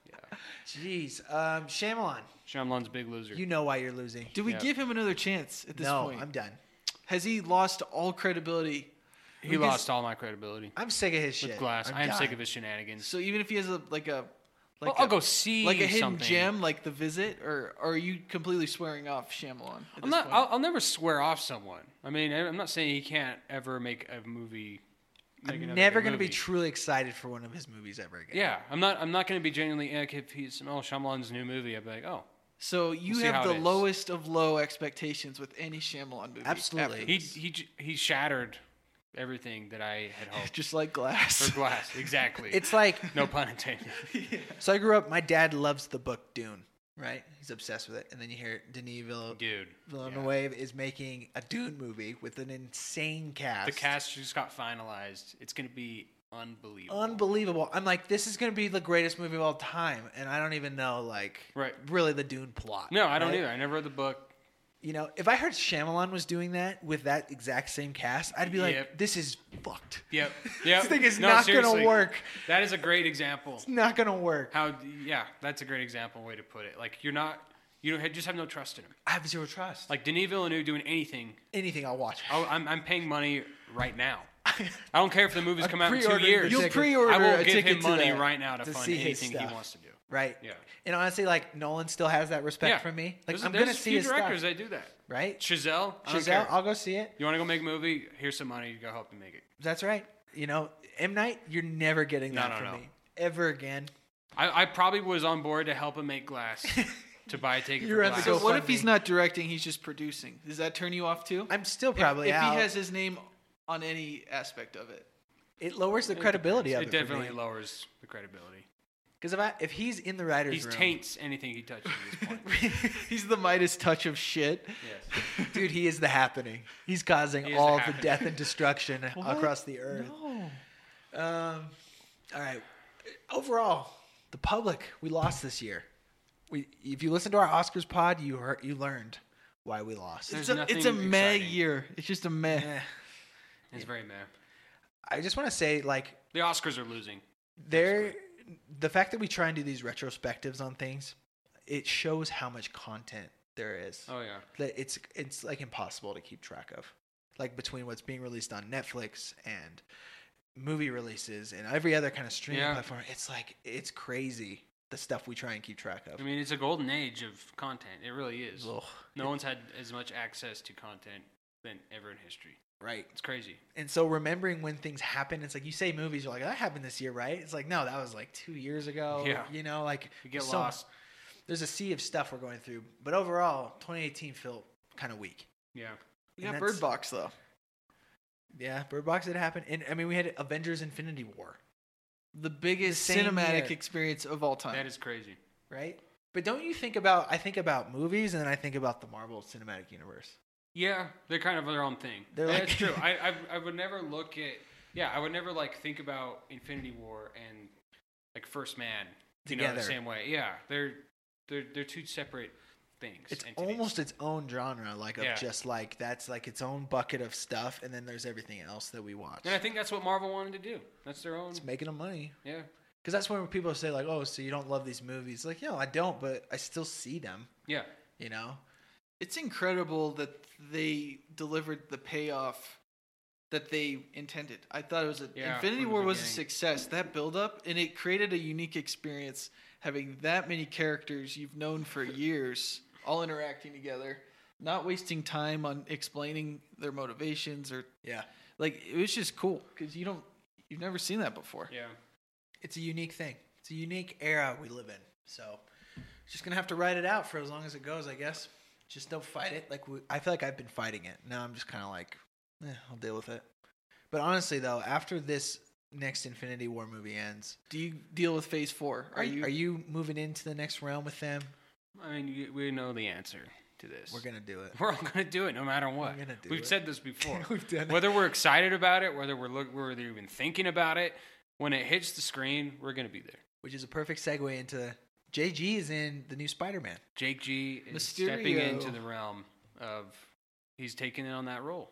Yeah. Jeez. Um, Shyamalan, Shyamalan's a big loser. you know why you're losing. Do we Yeah. give him another chance at this no, point? I'm done. Has he lost all credibility? he because- lost all my credibility. I'm sick of his shit. with glass. I'm I am sick done. of his shenanigans. So even if he has a like a Well, like I'll a- go see like a hidden something. gem like The Visit, or, or are you completely swearing off Shyamalan? I'm at this not. point? I'll, I'll never swear off someone. I mean, I- I'm not saying he can't ever make a movie. Make I'm another never good going to be movie. truly excited for one of his movies ever again. Yeah, I'm not. I'm not going to be genuinely like if he's oh Shyamalan's new movie. I'd be like, oh, So you see have how the it is. lowest of low expectations with any Shyamalan movie. Absolutely. after he this. he j- he shattered everything that I had hoped just like Glass. for Glass. Exactly. It's like no pun intended. so. I grew up. My dad loves the book Dune. Right, he's obsessed with it. And then you hear Denis Vill- Dude, Villeneuve is making a Dune movie with an insane cast. the cast just got finalized. It's going to be unbelievable. unbelievable. I'm like, this is going to be the greatest movie of all time, and I don't even know like Right. really the Dune plot. no, I don't right? either. I never read the book. You know, if I heard Shyamalan was doing that with that exact same cast, I'd be like, Yep. this is fucked. Yep. Yep. this thing is No, not seriously. gonna work. That is a great example. It's not gonna work. How? Yeah, that's a great example way to put it. Like you're not, you don't, just have no trust in him. I have zero trust. Like Like Denis Villeneuve doing anything, anything, I'll watch. I'll, I'm I'm paying money right now. I don't care if the movie's I'm come out in two pre-ordering years. the You'll ticket. pre-order I will a give ticket him to money that. right now to, to fund see his anything he stuff. wants to do. right? Yeah. And honestly, like Nolan still has that respect yeah. for me. Like There's- I'm there's gonna a see few his directors stuff, that do that. right? Chazelle. I don't Chazelle, care. I'll go see it. you want to go make a movie? Here's some money. You go help him make it. That's right. You know, M Night, you're never getting No, that no, from no. me ever again. I, I probably was on board to help him make Glass, to buy a ticket You're for at the Glass. so GoFundMe. what if he's not directing? He's just producing. Does that turn you off too? I'm still probably if, if out. he has his name on any aspect of it. it lowers the credibility of it it. definitely lowers the credibility. because if I, if he's in the writers' He room, taints anything he touches at this point. He's the Midas touch of shit. yes. dude, he is the happening. He's causing He is the all the happening. death and destruction What? across the earth. No. Um, all right. Overall, the public we lost this year. We, if you listen to our Oscars pod, you heard, you learned why we lost. There's It's a, it's a nothing meh exciting. year. It's just a meh. Eh, It's very meh. I just want to say, like, The Oscars are losing. there, the fact that we try and do these retrospectives on things, it shows how much content there is. Oh yeah. That It's it's like impossible to keep track of. Like between what's being released on Netflix and movie releases and every other kind of streaming Yeah. platform, it's like it's crazy the stuff we try and keep track of. I mean, it's a golden age of content. It really is. Ugh. No one's had as much access to content than ever in history. Right. It's crazy. And so remembering when things happen, it's like you say movies, you're like, that happened this year, right? It's like, no, that was like two years ago. Yeah. You know, like You get so- lost. There's a sea of stuff we're going through. But overall, 2018 felt kind of weak. Yeah. We And got that's- Bird Box though. Yeah, Bird Box did happen. And I mean, we had Avengers Infinity War, The biggest same cinematic year. experience of all time. That is crazy. right? But don't you think about, I think about movies and then I think about the Marvel Cinematic Universe. Yeah, they're kind of their own thing. They're That's like- true. I, I I would never look at yeah, I would never like think about Infinity War and like First Man you know the Together. same way. Yeah, they're they're they're two separate things. It's entities. almost its own genre, like of Yeah. just like that's like its own bucket of stuff. And then there's everything else that we watch. and I think that's what Marvel wanted to do. That's their own. It's making them money. Yeah, Because that's when people say like, "Oh, so you don't love these movies?" Like, no, I don't, but I still see them. yeah. You know, it's incredible that they delivered the payoff that they intended. I thought it was a Yeah, Infinity from the War was a beginning. success. That build up and it created a unique experience having that many characters you've known for years all interacting together, not wasting time on explaining their motivations or yeah, like it was just cool cuz you don't you've never seen that before. Yeah. it's a unique thing. It's a unique era we live in. So, just gonna have to ride it out for as long as it goes, I guess. Just don't fight it. Like we, I feel like I've been fighting it. Now I'm just kind of like, eh, I'll deal with it. But honestly, though, after this next Infinity War movie ends, Do you deal with phase 4? are you are you moving into the next realm with them? I mean, you, we know the answer to this. We're gonna do it. We're all gonna do it no matter what. gonna do We've it. said this before. We've done it. whether we're excited about it, whether we're look, whether we're even thinking about it, when it hits the screen, we're gonna be there. Which is a perfect segue into JG is in the new Spider-Man. Jake G is stepping Mysterio. into the realm of he's taking on that role.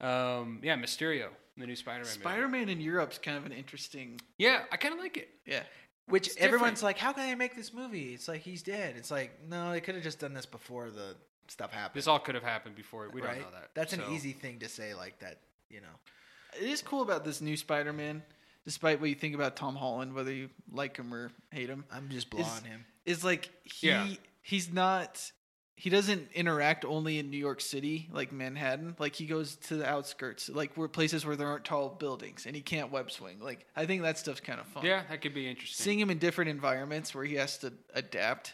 Um, yeah, Mysterio, the new Spider-Man. movie. Spider-Man in Europe's kind of an interesting Yeah, I kind of like it. yeah. Which It's everyone's like, how can they make this movie? It's like he's dead. It's like no, they could have just done this before the stuff happened. This all could have happened before. We right? don't know that. That's So, an easy thing to say, like that. You know, it is cool about this new Spider-Man, despite what you think about Tom Holland, whether you like him or hate him, I'm just Is- blowing him. is like he Yeah. he's not he doesn't interact only in New York City, like Manhattan. Like he goes to the outskirts, like where places where there aren't tall buildings, and he can't web swing. Like I think that stuff's kind of fun. Yeah, that could be interesting. seeing him in different environments where he has to adapt,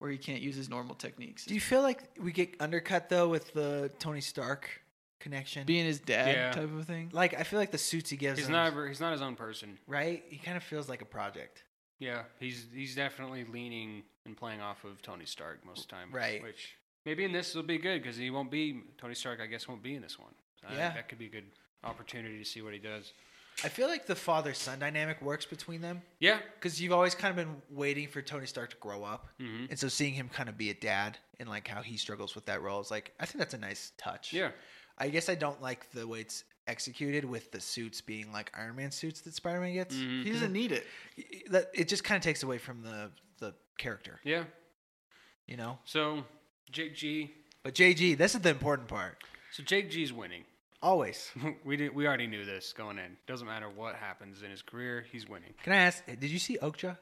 where he can't use his normal techniques. Do you feel like we get undercut though with the Tony Stark connection? Being his dad Yeah. type of thing. like, I feel like the suits he gives he's him, not. He's not his own person. right? He kind of feels like a project. Yeah, he's he's definitely leaning and playing off of Tony Stark most of the time. Right. Which maybe in this will be good because he won't be Tony Stark. I guess won't be in this one. So I think Yeah. that could be a good opportunity to see what he does. I feel like the father son dynamic works between them Yeah. because you've always kind of been waiting for Tony Stark to grow up, hmm and so seeing him kind of be a dad and like how he struggles with that role is like I think that's a nice touch. Yeah. I guess I don't like the way it's executed with the suits being like Iron Man suits that Spider Man gets. Mhm. He doesn't need it. That it just kind of takes away from the the character, Yeah. you know. So Jake G. But JG, this is the important part. So Jake G's winning. Always. we did. We already knew this going in. Doesn't matter what happens in his career, he's winning. Can I ask? Did you see Okja?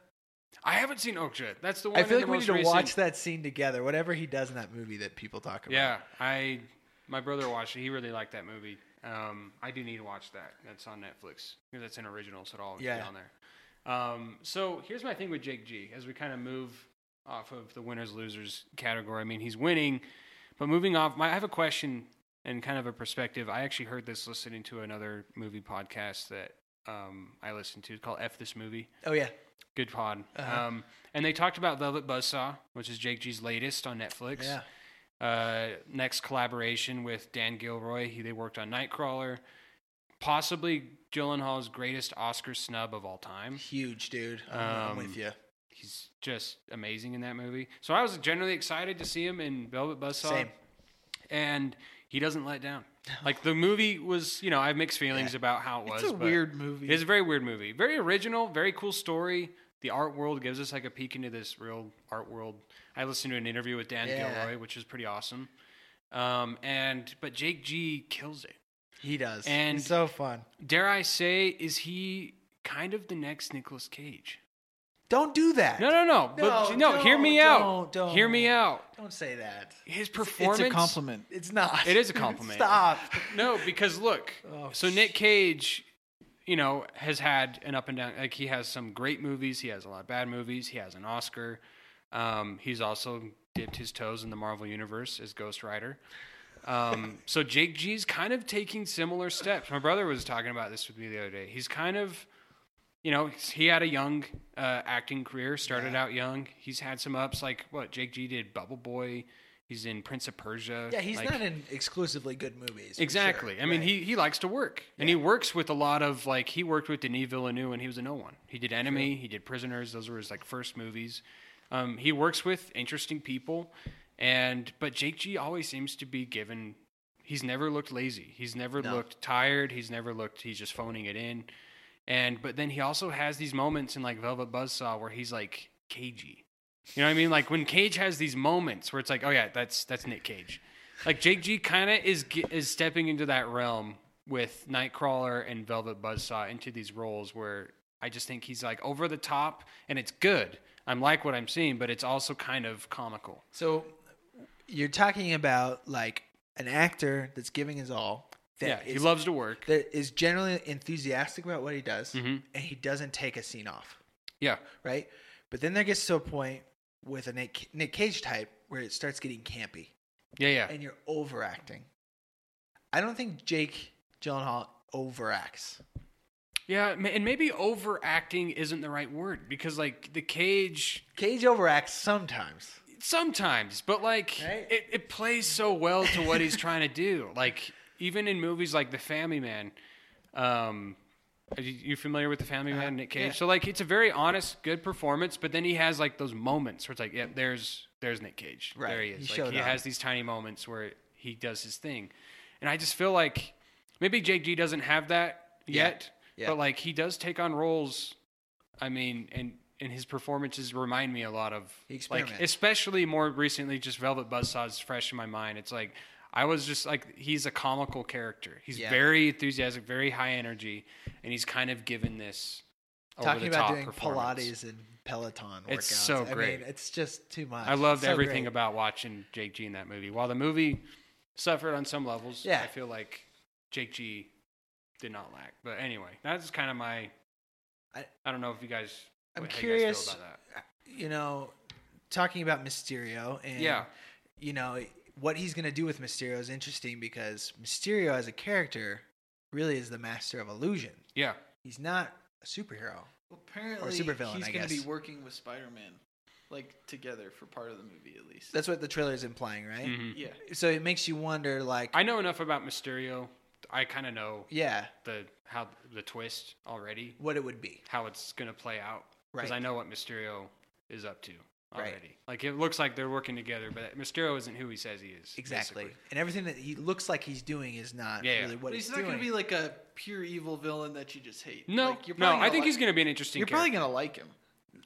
I haven't seen Okja. That's the one. I feel in like the we need most to recent- watch that scene together. Whatever he does in that movie that people talk about. Yeah, I my brother watched it. He really liked that movie. Um, I do need to watch that. That's on Netflix. 'Cause That's an original, so it'll always be Yeah. on there. Um, so here's my thing with Jake G. As we kind of move off of the winners losers category, I mean he's winning, but moving off, my I have a question and kind of a perspective. I actually heard this listening to another movie podcast that um, I listened to It's called "F This Movie." Oh yeah. Good pod. Uh-huh. Um, and they talked about Velvet Buzzsaw, which is Jake G's latest on Netflix Yeah. uh, next collaboration with Dan Gilroy. He, they worked on Nightcrawler, possibly Gyllenhaal's greatest Oscar snub of all time. Huge dude. I'm, I'm Um, with you. He's just amazing in that movie. So I was generally excited to see him in Velvet Buzzsaw. Same. And he doesn't let down. Like the movie was, you know, I have mixed feelings about how it was. It's a but weird movie. It's a very weird movie. Very original, very cool story. the art world gives us like a peek into this real art world. I listened to an interview with Dan Yeah. Gilroy, which is pretty awesome. Um, and but Jake G kills it. He does. And- He's so fun. Dare I say, is he kind of the next Nicolas Cage? Don't do that. No, no, no. But No, no, hear me don't, out. don't, don't. Hear me out. Don't say that. His It's performance. a compliment. It's not. It is a compliment. Stop. No, because look, Oh, so sh- Nick Cage, you know, has had an up and down. Like he has some great movies, he has a lot of bad movies, he has an Oscar. Um, he's also dipped his toes in the Marvel universe as Ghost Rider. Um, so Jake G's kind of taking similar steps. My brother was talking about this with me the other day. He's kind of, you know, he's- he had a young uh, acting career, started out young. He's had some ups, like what Jake G did, Bubble Boy. He's in Prince of Persia. Yeah, he's Like, not in exclusively good movies. for Exactly. sure. I mean, Right. he, he likes to work, and he works with a lot of like he worked with Denis Villeneuve, and he was a no one. He did Enemy, he did Prisoners; those were his like first movies. Um, he works with interesting people, and but Jake G always seems to be given. He's never looked lazy. He's never No. looked tired. He's never looked. He's just phoning it in. And but then he also has these moments in like Velvet Buzzsaw where he's like cagey. You know what I mean? Like when Cage has these moments where it's like, oh yeah, that's that's Nick Cage. Like Jake G kind of is ge- is stepping into that realm with Nightcrawler and Velvet Buzzsaw into these roles where I just think he's like over the top and it's good. I'm like what I'm seeing, but it's also kind of comical. So you're talking about like an actor that's giving his all. That yeah, he is- loves to work. that is generally enthusiastic about what he does, Mhm. and he doesn't take a scene off, Yeah, right? But then there gets to a point with a Nick, Nick Cage type where it starts getting campy yeah, yeah. and you're overacting. I don't think Jake Gyllenhaal overacts. Yeah, ma- and maybe overacting isn't the right word because like the cage Cage overacts sometimes. sometimes, but like Right? it, it plays so well to what he's trying to do. Like even in movies like The Family Man, um, are you, you familiar with The Family Man, Nick Cage? Uh-huh. yeah. So like it's a very honest, good performance, but then he has like those moments where it's like, yeah, there's there's Nick Cage, Right, there he he is. like showed he up. has these tiny moments where he does his thing, and I just feel like maybe Jake G doesn't have that Yeah. yet, Yeah. but like he does take on roles. I mean, and and his performances remind me a lot of He like experiments. especially more recently just Velvet Buzzsaw is fresh in my mind. It's like I was just like he's a comical character. He's Yeah. very enthusiastic, very high energy, and he's kind of given this Talking about over-the-top doing performance. Pilates and Peloton workouts. It's so I great. mean, it's just too much. I loved So everything great. about watching Jake G in that movie. While the movie suffered on some levels, Yeah. I feel like Jake G did not lack. But anyway, that's kind of my. I, I- don't know if you guys. I'm how you guys feel curious- about that. you know, talking about Mysterio and Yeah. you know what he's gonna do with Mysterio is interesting because Mysterio as a character really is the master of illusion. Yeah. He's not a superhero. Apparently, supervillain, he's I gonna guess. be working with Spider-Man, like together for part of the movie at least. That's what the trailer is implying, right? Mhm. yeah. So it makes you wonder, like, I know enough about Mysterio. I kind of know yeah, the how the twist already, what it would be. how it's gonna play out, because Right. I know what Mysterio is up to Right. already. Like it looks like they're working together, but Mysterio isn't who he says he is. Exactly. basically. And everything that he looks like he's doing is not Yeah, yeah. really what But he's, he's not doing. gonna be like a pure evil villain that you just hate. No, Like, you're no, probably I think like- he's gonna be an interesting. You're probably character. gonna like him.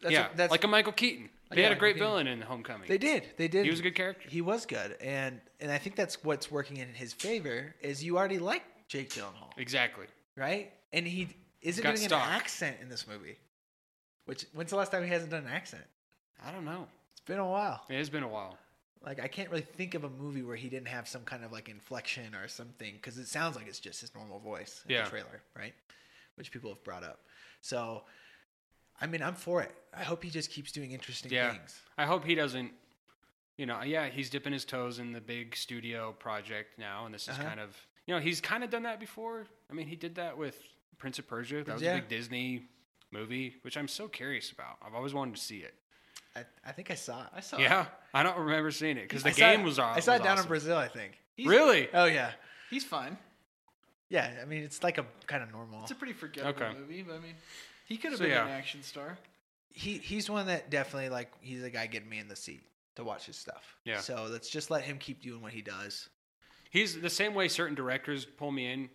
that's yeah, what- that's, like a Michael Keaton. They had a Yeah, great Michael Keaton. villain in Homecoming. they did. They did. He was a good character. He was good, and and I think that's what's working in his favor is you already like Jake Gyllenhaal, Exactly. right? And he isn't Got doing stock. an accent in this movie. Which when's the last time he hasn't done an accent? I don't know. It's been a while. It has been a while. Like I can't really think of a movie where he didn't have some kind of like inflection or something because it sounds like it's just his normal voice in Yeah. the trailer, right? Which people have brought up. So, I mean, I'm for it. I hope he just keeps doing interesting Yeah. things. I hope he doesn't. You know, yeah, he's dipping his toes in the big studio project now, and this is Uh-huh. kind of you know he's kind of done that before. I mean, he did that with Prince of Persia. That was Yeah. a big Disney movie, which I'm so curious about. I've always wanted to see it. I, I think I saw it. I saw. yeah, I don't remember seeing it because the I saw game it- was on. I saw it was down awesome. in Brazil, I think. He's, Really? Oh yeah, He's fine. yeah. I mean, it's like a kind of normal. It's a pretty forgettable Okay. movie, but I mean, he could have So, been yeah. an action star. he he's one that definitely like he's a guy getting me in the seat to watch his stuff. Yeah. So let's just let him keep doing what he does. He's the same way certain directors pull me in.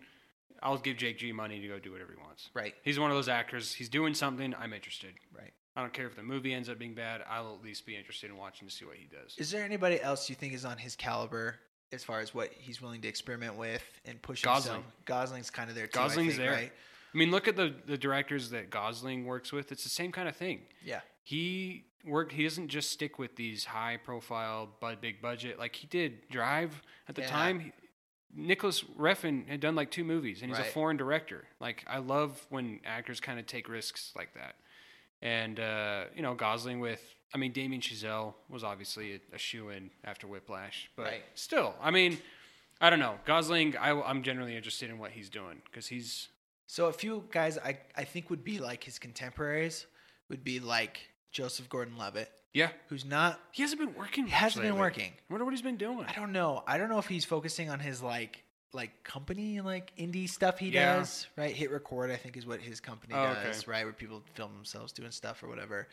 I'll give Jake G money to go do whatever he wants. Right. He's one of those actors. He's doing something. I'm interested. Right. I don't care if the movie ends up being bad. I'll at least be interested in watching to see what he does. Is there anybody else you think is on his caliber as far as what he's willing to experiment with and push Gosling. himself? Gosling's kind of there too. I Gosling's think, there. right? I mean, look at the the directors that Gosling works with. It's the same kind of thing. Yeah. He worked. He doesn't just stick with these high profile, but big budget. Like he did Drive at the Yeah. time. He, Nicholas Refn had done like two movies, and he's a Right. foreign director. Like I love when actors kind of take risks like that. And uh, you know, Gosling with. I mean, Damien Chazelle was obviously a, a shoe in after Whiplash, but Right. still, I mean, I don't know. Gosling, I, I'm generally interested in what he's doing because he's So a few guys I, I think would be like his contemporaries would be like Joseph Gordon Levitt, yeah, who's not He hasn't been working. he much hasn't been lately. working. I wonder what he's been doing. I don't know. I don't know if he's focusing on his like like company like indie stuff he Yeah. does, right? Hit record I think is what his company Oh, does, okay. right? Where people film themselves doing stuff or whatever.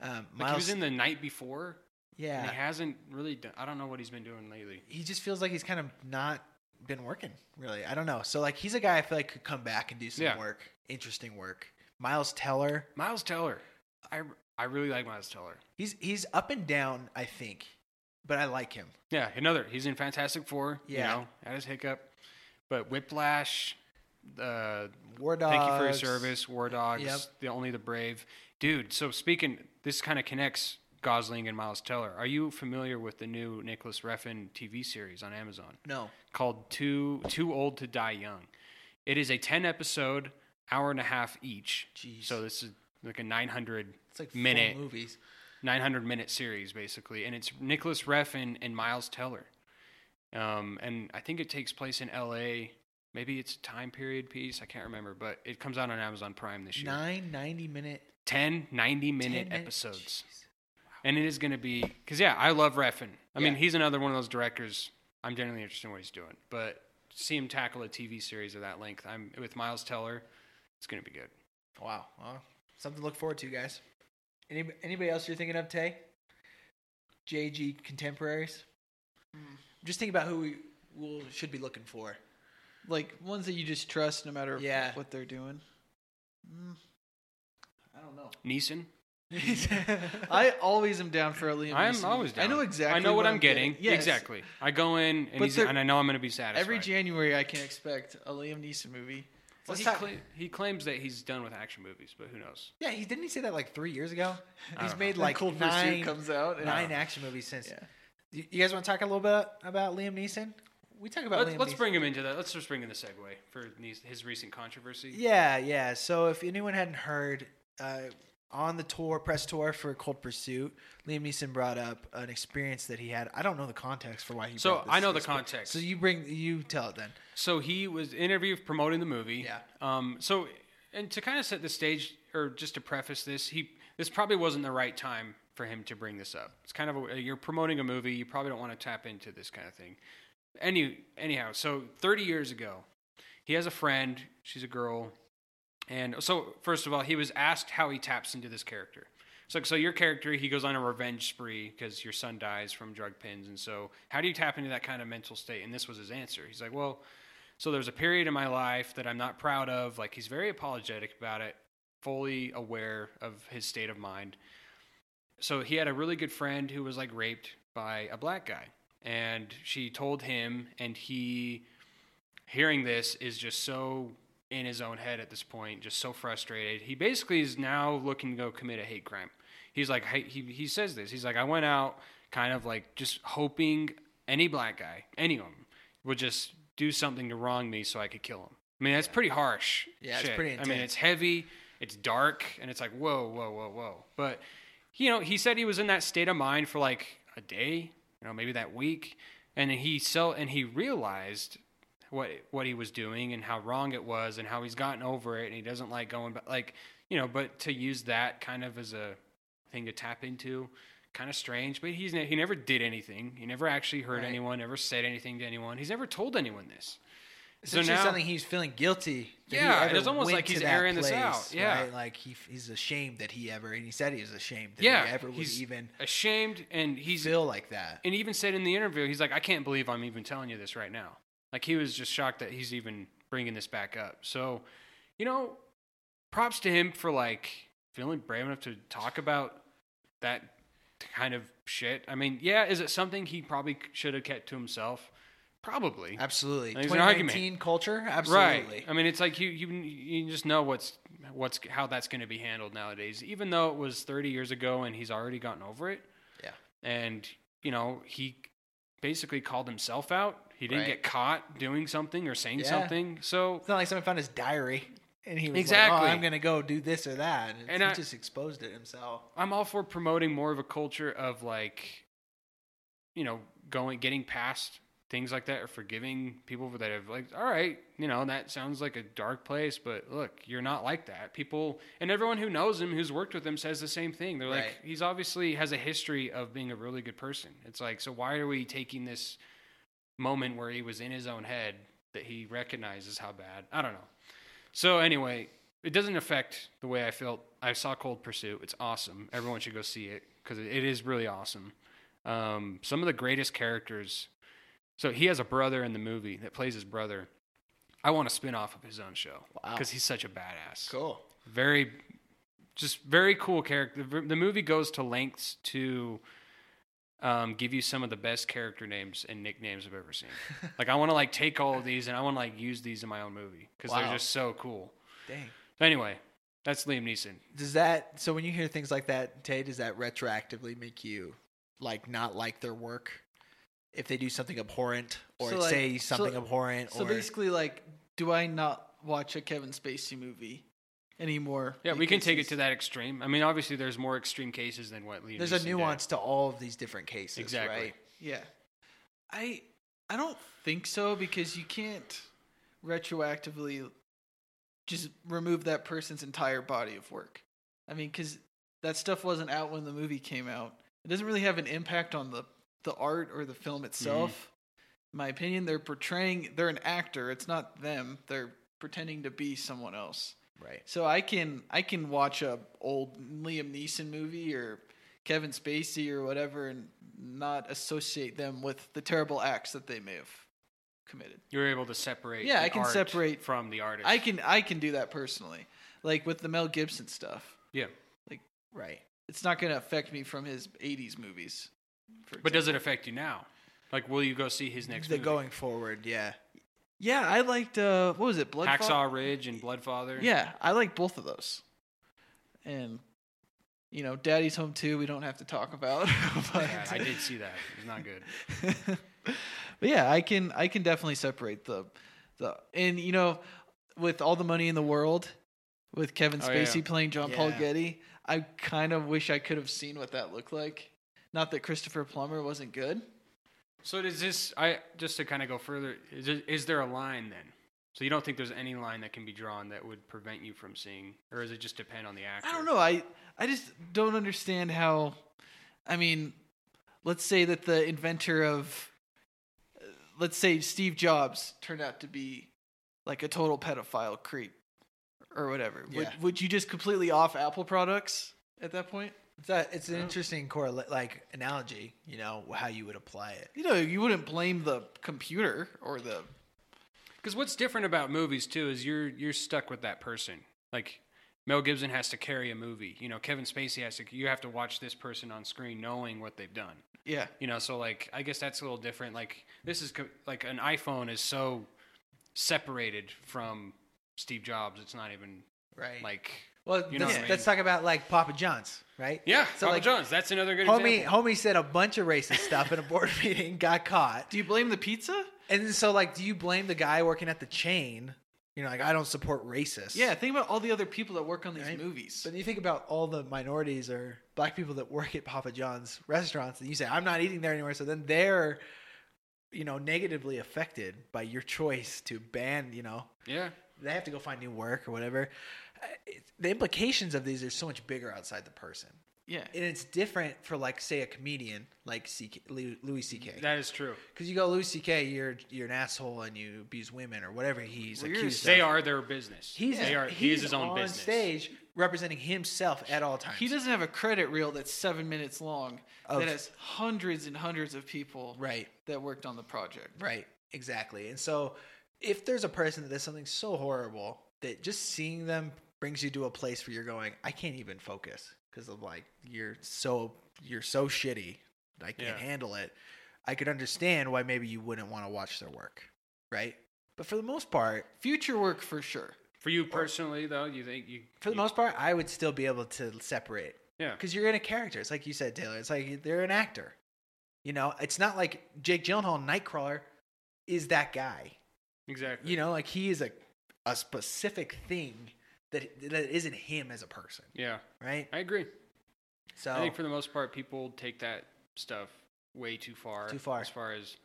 Um Like he was Miles- in the night before, and yeah. he hasn't really done. I don't know what he's been doing lately. he just feels like he's kind of not been working really. I don't know. So like he's a guy I feel like could come back and do some Yeah. work, interesting work. Miles Teller, Miles Teller, I I really like Miles Teller. he's he's up and down, I think, but I like him. Yeah, another. He's in Fantastic Four. Yeah. you know, had his hiccup, but Whiplash, uh, War Dogs. Thank You for Your Service, War Dogs, Yep. the Only the Brave, dude. So speaking, this kind of connects Gosling and Miles Teller. Are you familiar with the new Nicholas Refn TV series on Amazon? No. called Too Too Old to Die Young. It is a ten episode, hour and a half each. Jeez. So this is like a 900, It's like Minute. full movies. 900 minute series basically, and it's Nicholas Refn and Miles Teller. Um, and I think it takes place in L.A. Maybe it's a time period piece. I can't remember, but it comes out on Amazon Prime this year. Nine 90 minute Ten 90 10 minute minute- episodes Jeez. and it is going to be because yeah, I love Refn. I mean, Yeah. he's another one of those directors. I'm generally interested in what he's doing, but to see him tackle a TV series of that length, I'm with Miles Teller. It's going to be good. Wow. Well, something to look forward to, guys. Any, anybody else you're thinking of, Tay? JG contemporaries? Hmm. Just think about who we will, should be looking for. Like ones that you just trust no matter Yeah. what they're doing. Mm, I don't know. Neeson, I always am down for a Liam. I'm Neeson always movie. down. I know exactly. I know what, I'm getting. Yes. Exactly. I go in and But he's, there- and I know I'm going to be satisfied. Every January, I can expect a Liam Neeson movie. Well, Let's he, talk- cla- he claims that he's done with action movies, but who knows? yeah, he didn't he say that like three years ago? I He's don't know. made like Cold Pursuit nine, comes out. And nine action movies since. Yeah. You you guys want to talk a little bit about Liam Neeson? We talk about Let's, Liam let's Neeson. bring him into that. Let's just bring in the segue for Nees- his recent controversy. Yeah, yeah. So if anyone hadn't heard, uh, on the tour, press tour for Cold Pursuit, Liam Neeson brought up an experience that he had. I don't know the context for why he. So brought this I know the this, but- context. So you bring you tell it then. So he was interviewed promoting the movie. Yeah. Um. So, and to kind of set the stage, or just to preface this, he this probably wasn't the right time for him to bring this up. It's kind of a, uh, you're promoting a movie. You probably don't want to tap into this kind of thing. Any anyhow. So 30 years ago, he has a friend. She's a girl. And so, first of all, he was asked how he taps into this character. So, so your character, he goes on a revenge spree because your son dies from drug pins, and so how do you tap into that kind of mental state? And this was his answer. He's like, well, so there's a period in my life that I'm not proud of. Like he's very apologetic about it, fully aware of his state of mind. So he had a really good friend who was like raped by a black guy, and she told him, and he hearing this is just so in his own head at this point, just so frustrated. He basically is now looking to go commit a hate crime. He's like, he, he he says this. He's like, I went out kind of like just hoping any black guy, any of them, would just do something to wrong me so I could kill him. I mean, that's pretty harsh. Yeah, it's shit. pretty I mean, intense. it's heavy, it's dark, and it's like, whoa, whoa, whoa, whoa. But, you know, he said he was in that state of mind for like a day, you know, maybe that week. And he sell and he realized what what he was doing and how wrong it was and how he's gotten over it and he doesn't like going back like you know but to use that kind of as a thing to tap into kind of strange but he's ne- he never did anything he never actually hurt Right. anyone never said anything to anyone he's never told anyone this So Essentially, now- something he's feeling guilty. that he Yeah, ever it's almost went like to he's that airing this place, out, yeah. right? like he, he's ashamed that he ever and he said he was ashamed that yeah he ever would he's even ashamed and he's feel like that. and he even said in the interview he's like I can't believe I'm even telling you this right now like he was just shocked that he's even bringing this back up so you know props to him for like feeling brave enough to talk about that kind of shit. I mean, yeah, is it something he probably should have kept to himself? Probably. Absolutely. There's an argument. 2019 culture? Absolutely. Right. I mean, it's like you you you just know what's what's how that's going to be handled nowadays. Even though it was 30 years ago and he's already gotten over it. Yeah. And you know he basically called himself out. He didn't Right. get caught doing something or saying Yeah. something. So It's not like someone found his diary and he was like, Exactly. oh, I'm going to go do this or that. And, And he I- just exposed it himself. I'm all for promoting more of a culture of like, you know, going getting past things like that or forgiving people that have like, all right, you know, that sounds like a dark place, but look, you're not like that. People and everyone who knows him, who's worked with him, says the same thing. They're like, Right. he's obviously has a history of being a really good person. It's like, so why are we taking this moment where he was in his own head that he recognizes how bad? I don't know. So anyway, it doesn't affect the way I felt. I saw Cold Pursuit. It's awesome. Everyone should go see it because it is really awesome. Um, some of the greatest characters. So he has a brother in the movie that plays his brother. I want a spin off of his own show Wow. because he's such a badass. Cool. Very, just very cool character. The, the movie goes to lengths to um, give you some of the best character names and nicknames I've ever seen. like I want to like take all of these and I want to like use these in my own movie because Wow. they're just so cool. Dang. So anyway, that's Liam Neeson. Does that, so when you hear things like that, Tay, does that retroactively make you like not like their work? If they do something abhorrent or So, like- say so- something abhorrent So or. basically, like, do I not watch a Kevin Spacey movie anymore? Yeah, we can because take it he's- to that extreme. I mean, obviously, there's more extreme cases than what Liam. there's Neeson a did. nuance to all of these different cases, Exactly. right? Yeah, I I don't think so because you can't retroactively just remove that person's entire body of work. I mean, because that stuff wasn't out when the movie came out. It doesn't really have an impact on the the art or the film itself. In my opinion, they're portraying they're an actor. It's not them. They're pretending to be someone else. Right. So I can I can watch a old Liam Neeson movie or Kevin Spacey or whatever and not associate them with the terrible acts that they may have committed. You're able to separate. Yeah, the I can art separate- from the artist. I can I can do that personally. Like with the Mel Gibson stuff. Yeah, Right. It's not going to affect me from his 80s movies. but For example. does it affect you now? Like, will you go see his next? the movie? going forward, yeah. Yeah, I liked uh what was it? Blood Hacksaw Fall- Ridge and Bloodfather. Yeah, I like both of those. And you know, Daddy's Home too, we don't have to talk about. but God, I did see that. It's not good. but yeah, I can I can definitely separate the the and you know with all the money in the world with Kevin Oh, yeah. Spacey playing John Paul Yeah. Getty, I kind of wish I could have seen what that looked like. Not that Christopher Plummer wasn't good. So does this? I just to kind of go further. Is, it, is there a line then? So you don't think there's any line that can be drawn that would prevent you from seeing, or does it just depend on the actor? I don't know. I I just don't understand how. I mean, let's say that the inventor of, uh, let's say Steve Jobs turned out to be like a total pedophile creep or whatever. Yeah. Would would you just completely off Apple products at that point? It's, a, it's an Yeah. interesting correla- like analogy, you know, how you would apply it. You know, you wouldn't blame the computer or the Because what's different about movies too is you're you're stuck with that person. Like Mel Gibson has to carry a movie. You know, Kevin Spacey has to. You have to watch this person on screen, knowing what they've done. yeah. You know, so like I guess that's a little different. Like this is co- like an iPhone is so separated from Steve Jobs. It's not even Right. like well, you know let's, what I mean. let's talk about like Papa John's, right? yeah. So, Papa like, John's. That's another good Homie, example. homie said a bunch of racist stuff in a board meeting, got caught. Do you blame the pizza? And so, like, do you blame the guy working at the chain? You know, like, I don't support racists. Yeah, think about all the other people that work on these Right. movies. But you think about all the minorities or black people that work at Papa John's restaurants, and you say, I'm not eating there anymore. So then they're, you know, negatively affected by your choice to ban, you know, Yeah. they have to go find new work or whatever. Uh, it- The implications of these are so much bigger outside the person, yeah. and it's different for like say a comedian like CK, Lu- Louis C.K. That is true. Because you go Louis C.K., you're you're an asshole and you abuse women or whatever he's Well, you're accused They of. are their business. He's they are. he's he is his own on business. stage representing himself at all times. He doesn't have a credit reel that's seven minutes long Of- that has hundreds and hundreds of people right. that worked on the project. Right. Exactly. And so if there's a person that does something so horrible that just seeing them brings you to a place where you're going, I can't even focus because of like you're so you're so shitty. I can't Yeah. handle it. I could understand why maybe you wouldn't want to watch their work, right? But for the most part, Future work for sure. For you personally, though, you think you for the you- most part, I would still be able to separate yeah, because you're in a character. It's like you said, Taylor. It's like they're an actor. You know, it's not like Jake Gyllenhaal in Nightcrawler is that guy. exactly. You know, like he is a a specific thing that that isn't him as a person, yeah, right? I agree. So I think for the most part, people take that stuff way too far. Too far. as far as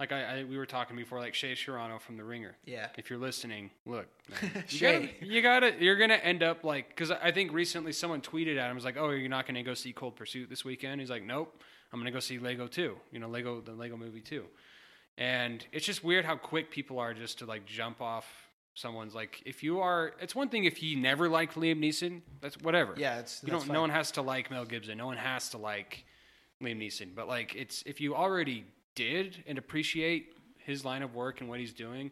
like I, I we were talking before, like Shay Serrano from The Ringer. yeah, If you're listening, look, you gotta, Shay. you gotta, you're gonna end up like, because I think recently someone tweeted at him was like, "Oh, you're not gonna go see Cold Pursuit this weekend?" He's like, "Nope, I'm gonna go see Lego 2, you know, Lego the Lego Movie 2." And it's just weird how quick people are just to like jump off someone's like, if you are, it's one thing if you never liked Liam Neeson, that's whatever. Yeah, it's you that's don't. No fine. one has to like Mel Gibson. No one has to like Liam Neeson. But like, it's if you already did and appreciate his line of work and what he's doing,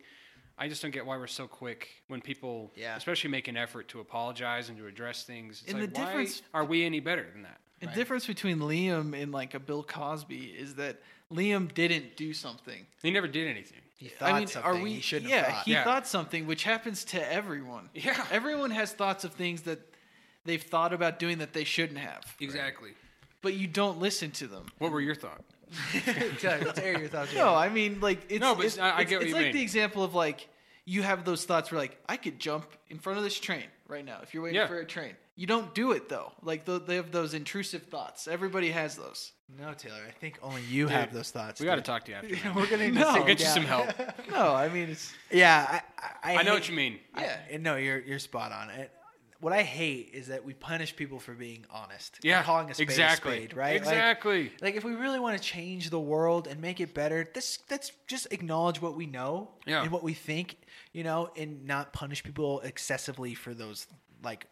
I just don't get why we're so quick when people, Yeah. especially make an effort to apologize and to address things. It's And like, the why difference- are we any better than that? The Right. difference between Liam and like a Bill Cosby is that Liam didn't do something. He never did anything. He thought I mean, something are we? he shouldn't yeah, have thought. he Yeah. thought something, which happens to everyone. Yeah. everyone has thoughts of things that they've thought about doing that they shouldn't have, Exactly. but you don't listen to them. What were your thoughts? Taylor, let's air your thoughts. No, I mean like it's No, but it's, I- I it's- get what it's you like mean. the example of like you have those thoughts where like I could jump in front of this train right now if you're waiting Yeah. for a train. You don't do it though. Like th they have those intrusive thoughts. Everybody has those. no, Taylor. I think only you have those thoughts. We got to dude. talk to you after. that. We're gonna need to No. sit Get you some down. No, I mean it's yeah, I, I, I know hate- what you mean. Yeah, Yeah. and no, you're you're spot on. It, what I hate is that we punish people for being honest. and Yeah, calling a spade exactly. a spade, right? Like- Exactly. Like, if we really want to change the world and make it better, this that's just acknowledge what we know Yeah. and what we think, you know, and not punish people excessively for those like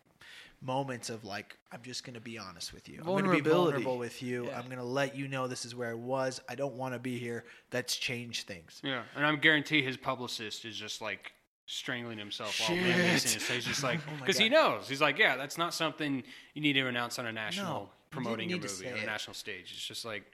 moments of like I'm just gonna be honest with you. I'm gonna be Vulnerability. vulnerable with you. I'm gonna let you know this is where I was. I don't want to be here. That's changed things. Yeah, and I'm guarantee his publicist is just like strangling himself while Liam Shit. Neeson is. So he's just like, Oh my because he God. knows. He's like, yeah, that's not something you need to announce on a national you promoting your didn't need to movie on say a it. national stage. It's just like,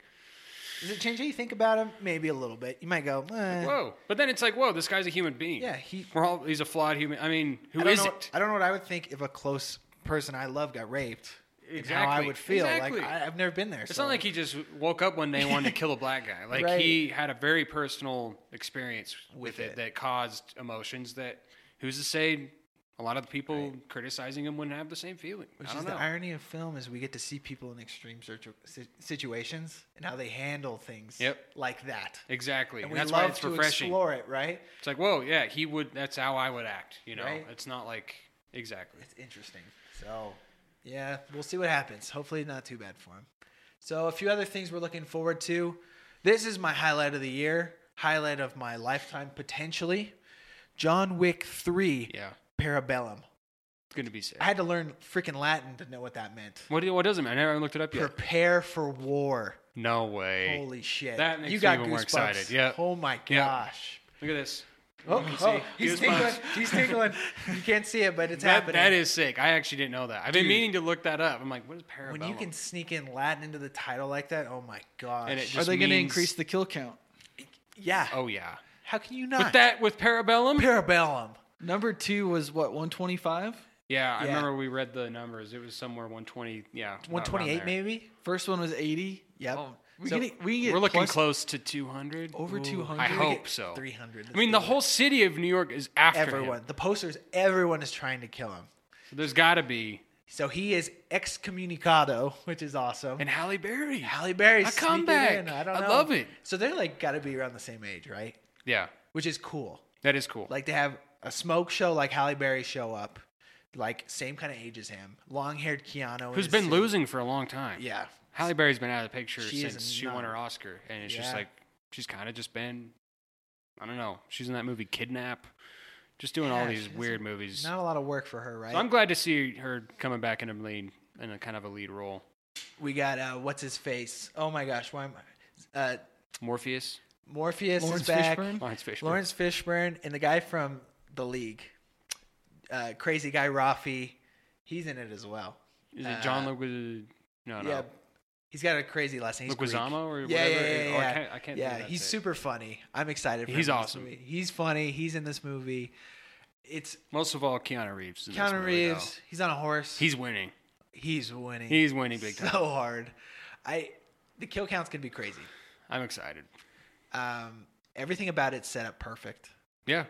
Does it change how you think about him? Maybe a little bit. You might go, eh. whoa. But then it's like, whoa, this guy's a human being. Yeah, he- We're all. He's a flawed human. I mean, who I don't is know, it? I don't know what I would think if a close person I love got raped. and How I Exactly. would feel. Exactly. Like I, I've never been there. It's so- not like he just woke up one day and wanted to kill a black guy. Like Right. he had a very personal experience with, With it, it. that caused emotions that who's to say a lot of the people criticizing him wouldn't have the same feeling. Which I is don't the know. irony of film is we get to see people in extreme situ- si- situations and how they handle things Yep. like that. Exactly. And And we that's love why it's to refreshing. explore it, right? It's like, whoa, yeah, he would. That's how I would act. You know, Right. it's not like exactly. It's interesting. So, yeah, we'll see what happens. Hopefully, not too bad for him. So, a few other things we're looking forward to. This is my highlight of the year, highlight of my lifetime potentially. John Wick 3 Yeah, Parabellum. it's gonna be sick. I had to learn freaking Latin to know what that meant. what do, what does it mean? I never looked it up yet. Prepare for war. No way. Holy shit. That makes you me got even more goosebumps. excited. Yeah. Oh my Yeah. gosh. Look at this. Oh, You see? oh, he's Goosebumps. tingling. He's tingling. You can't see it, but it's That, happening. that is sick. I actually didn't know that. I've been meaning to look that up. I'm like, what is parabellum? When you can sneak in Latin into the title like that, oh my gosh. And it are just they going to means- increase the kill count? yeah. Oh yeah. How can you not? With that, Oh, with parabellum. Parabellum. Number two was what 125. yeah, I Yeah. remember we read the numbers. It was somewhere 120. Yeah, about around 128 there. maybe? First one was 80. Yep. we So, can we can get Oh, We're looking plus- close to 200. over Ooh, 200. I We're gonna hope get so. 300. I mean, the Let's do it. whole city of New York is after him. Everyone. The posters, everyone is trying to kill him. So there's got to be. So he is excommunicado, which is awesome. And Halle Berry. Halle Berry's A sneaking comeback. in. I don't I know. love it. So they're like got to be around the same age, right? Yeah, Which is cool. that is cool. Like to have a smoke show like Halle Berry show up, like same kind of age as him, long haired Keanu, in Who's his been suit. losing for a long time. Yeah, Halle Berry's been out of the picture She is since she won not- her Oscar, and it's just Yeah. like she's kind of just been. I don't know. She's in that movie Kidnap, just doing all Yeah, these she weird doesn't- movies. not a lot of work for her, right? So I'm glad to see her coming back in a lead in a kind of a lead role. we got uh, what's his face? Oh my gosh, why am I? Uh, Morpheus, Morpheus Lawrence is back. Fishburne? Lawrence Fishburne. Lawrence Fishburne and the guy from The League, uh, crazy guy Rafi. He's in it as well. Is it John Uh, Leguiz? No, no. yeah, he's got a crazy last name. He's Greek. Leguizamo or Yeah, whatever. yeah, yeah, Oh, yeah. I can't. I can't yeah, think of he's that name. super funny. I'm excited for him. He's in this awesome. movie. He's funny. He's in this movie. It's Most of all, Keanu Reeves. is in this Keanu movie, though. Reeves. He's on a horse. He's winning. he's winning. He's winning big time. so hard. I the kill count's gonna be crazy. I'm excited. Um, everything about it's set up perfect. Yeah.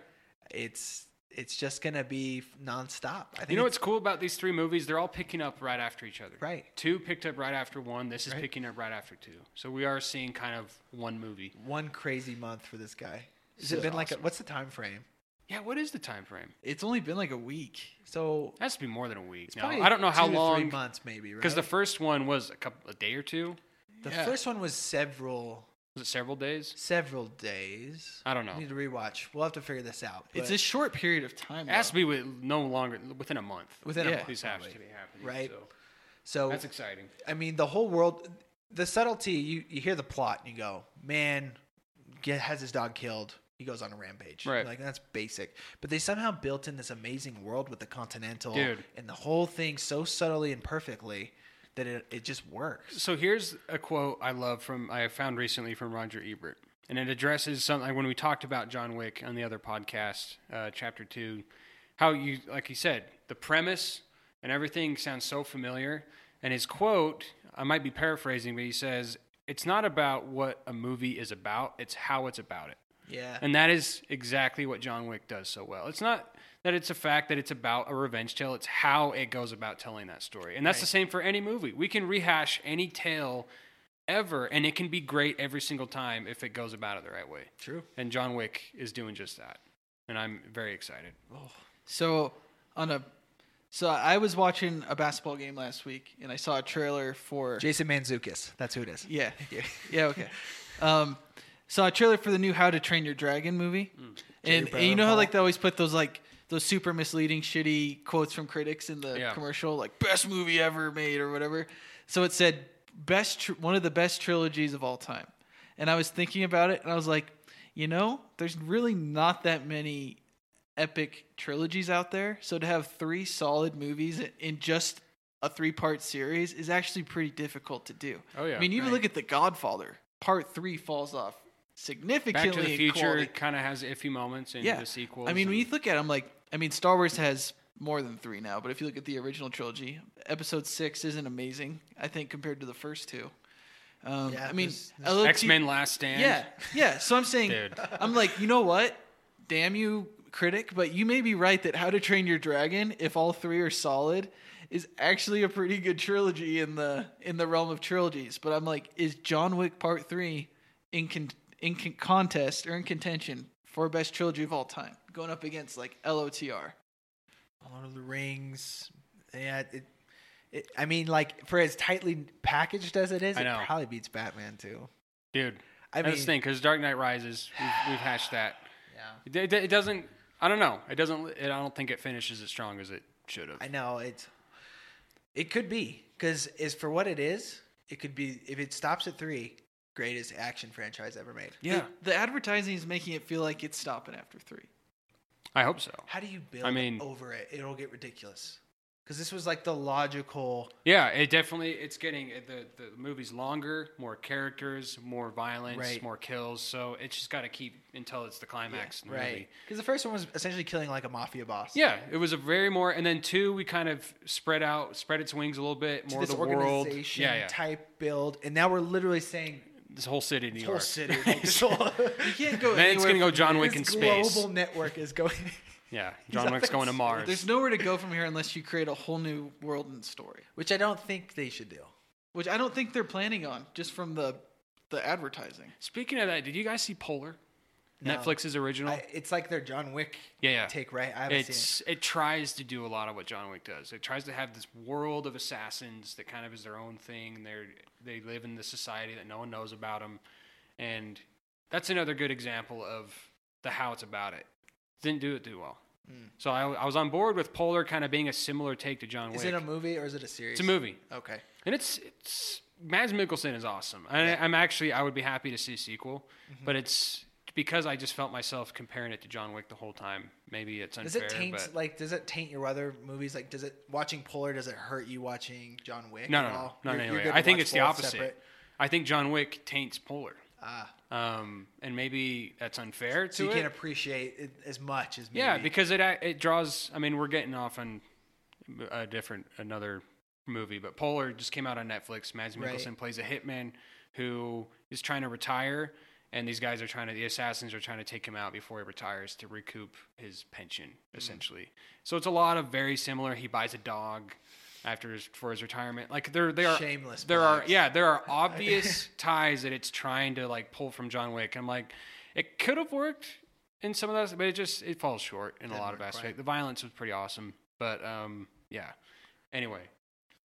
It's it's just gonna be nonstop. I think You know it's what's cool about these three movies? They're all picking up right after each other. right. Two picked up right after one. This is Right. picking up right after two. So we are seeing kind of one movie. One crazy month for this guy. Has This it is been like a, awesome. what's the time frame? Yeah. What is the time frame? It's only been like a week. So It has to be more than a week. it's now. probably I don't know how two to three long months maybe because right? the first one was a couple a day or two. the yeah. first one was several Was it several days? several days. I don't know. We need to rewatch. We'll have to figure this out. It's but- a short period of time. It has though. to be with no longer within a month. Within a yeah, month, these have to probably. be happening. Right. So so that's exciting. I mean, the whole world, the subtlety, you, you hear the plot and you go, man, get, has his dog killed. He goes on a rampage. Right. Like, that's basic. But they somehow built in this amazing world with the Continental Dude. and the whole thing so subtly and perfectly that it, it just works. So here's a quote I love from I found recently from Roger Ebert, and it addresses something when we talked about John Wick on the other podcast, uh, chapter two, how you like you said the premise and everything sounds so familiar. And his quote, I might be paraphrasing, but he says, "It's not about what a movie is about; it's how it's about it." Yeah. And that is exactly what John Wick does so well. It's not that it's a fact that it's about a revenge tale, it's how it goes about telling that story. And that's the Right. same for any movie. We can rehash any tale ever, and it can be great every single time if it goes about it the right way. True. And John Wick is doing just that. And I'm very excited. So on a so I was watching a basketball game last week and I saw a trailer for Jason Manzukis. That's who it is. yeah yeah yeah okay um saw a trailer for the new How to Train Your Dragon movie and, Jerry and you know how Bruckheimer. like they always put those like those super misleading shitty quotes from critics in the Yeah. commercial like best movie ever made or whatever so it said best tr- one of the best trilogies of all time and I was thinking about it and I was like you know there's really not that many epic trilogies out there. So to have three solid movies in just a three part series is actually pretty difficult to do. Oh, yeah. I mean, even right. look at The Godfather. Part three falls off Back significantly. to the in Future quality. kind of has iffy moments in Yeah. the sequels. I mean, when and- you look at them, like, I mean, Star Wars has more than three now, but if you look at the original trilogy, episode six isn't amazing, I think, compared to the first two. Um, Yeah, I mean, there's- I look- X Men Last Stand. yeah, yeah. So I'm saying, Dude. I'm like, you know what? Damn you, critic, but you may be right that How to Train Your Dragon, if all three are solid, is actually a pretty good trilogy in the in the realm of trilogies. But I'm like, is John Wick Part Three in con- in con- contest or in contention for best trilogy of all time, going up against like LOTR? Lord of the Rings. Yeah. It, it, I mean, like, for as tightly packaged as it is, I it know. probably beats Batman, too. Dude, I that's mean- the thing, because Dark Knight Rises, we've, we've hashed that. Yeah. It, it, it doesn't. I don't know. It doesn't. It, I don't think it finishes as strong as it should have. I know it's. It could be because is for what it is. It could be if it stops at three, greatest action franchise ever made. Yeah, The advertising is making it feel like it's stopping after three. I hope so. How do you build I mean- over it? It'll get ridiculous because this was like the logical. Yeah, it definitely. It's getting the the movie's longer, more characters, more violence, Right. more kills. So it's just got to keep until it's the climax. in the Right, Movie. because the first one was essentially killing like a mafia boss. Yeah, it was a very more, and then two, we kind of spread out, spread its wings a little bit To more. this the world, organization yeah, yeah, type build, and now we're literally saying this whole city, of New whole York. city, like, this whole You can't go. Then it's anywhere gonna go from John here. Wick this in space. global network is going. Yeah, John Wick's going to Mars. There's nowhere to go from here unless you create a whole new world and story, Which I don't think they should do. which I don't think they're planning on just from the the advertising. Speaking of that, did you guys see Polar? No. Netflix's original. I, it's like their John Wick yeah, yeah. take, right? I haven't seen it. it's it tries to do a lot of what John Wick does. It tries to have this world of assassins that kind of is their own thing. They are they live in this society that no one knows about them, and that's another good example of the how it's about it. Didn't do it too well. Mm. So I, I was on board with Polar kind of being a similar take to John Wick. Is it a movie or is it a series? it's a movie, Okay. and it's Mm-hmm. it's Mads Mikkelsen is awesome. I, I'm actually I would be happy to see a sequel, but it's because I just felt myself comparing it to John Wick the whole time. Maybe it's Does unfair, it taint but like does it taint your other movies? Like does it watching Polar does it hurt you watching John Wick? no, at no, no, all? not You're- you're in any way. good to I think watch it's the both opposite. separate? I think John Wick taints Polar, Ah, um, and maybe that's unfair to so you it. can't appreciate it as much as maybe. Yeah, because it ac- it draws. I mean, we're getting off on a different another movie, but Polar just came out on Netflix. Mads Right. Mikkelsen plays a hitman who is trying to retire, and these guys are trying to the assassins are trying to take him out before he retires to recoup his pension, Mm. essentially. So it's a lot of very similar. He buys a dog after his, for his retirement. Like there, they are Shameless There are plugs. yeah, there are obvious ties that it's trying to like pull from John Wick. I'm like, it could have worked in some of those, but it just it falls short in a Didn't lot of work, aspects. right. The violence was pretty awesome, but um, yeah. Anyway,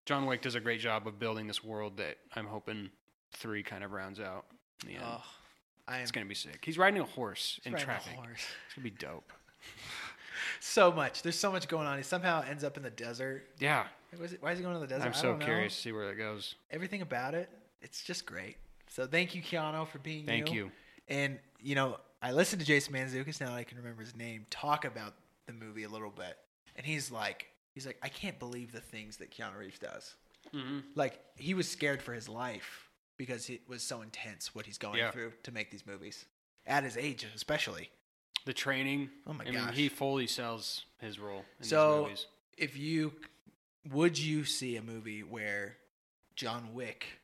John Wick does a great job of building this world that I'm hoping three kind of rounds out. In the end. oh, I am it's gonna be sick. He's riding a horse in riding a traffic. horse. It's gonna be dope. so much. There's so much going on. He somehow ends up in the desert. Yeah, Like, was it- why is he going to the desert? I'm I so don't know. curious to see where that goes. Everything about it, it's just great. So thank you, Keanu, for being Thank you. you. And you know, I listened to Jason Manzukis now that I can remember his name talk about the movie a little bit, and he's like, he's like, I can't believe the things that Keanu Reeves does. Like he was scared for his life because it was so intense what he's going Yeah. through to make these movies at his age, especially. The training. Oh my I mean, gosh. he fully sells his role in So- these movies. If you would you see a movie where John Wick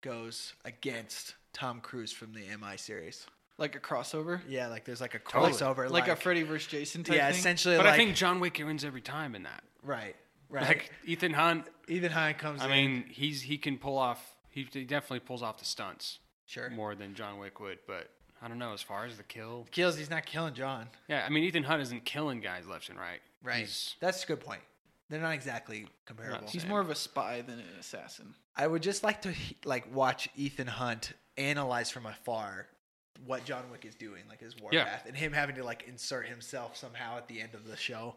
goes against Tom Cruise from the MI series? like a crossover, Yeah, like there's like a Totally. crossover, like, a Freddy versus Jason type yeah, thing. essentially. But like, I think John Wick wins every time in that. right, right. Like Ethan Hunt. Ethan Hunt comes I in. mean, he's he can pull off. He d- definitely pulls off the stunts sure. more than John Wick would. But I don't know as far as the kill. Kills. He's not killing John. Yeah, I mean Ethan Hunt isn't killing guys left and right. Right. He's- That's a good point. They're not exactly comparable. Not He's Same. more of a spy than an assassin. I would just like to he- like watch Ethan Hunt analyze from afar what John Wick is doing, like his war Yeah. path, and him having to like insert himself somehow at the end of the show,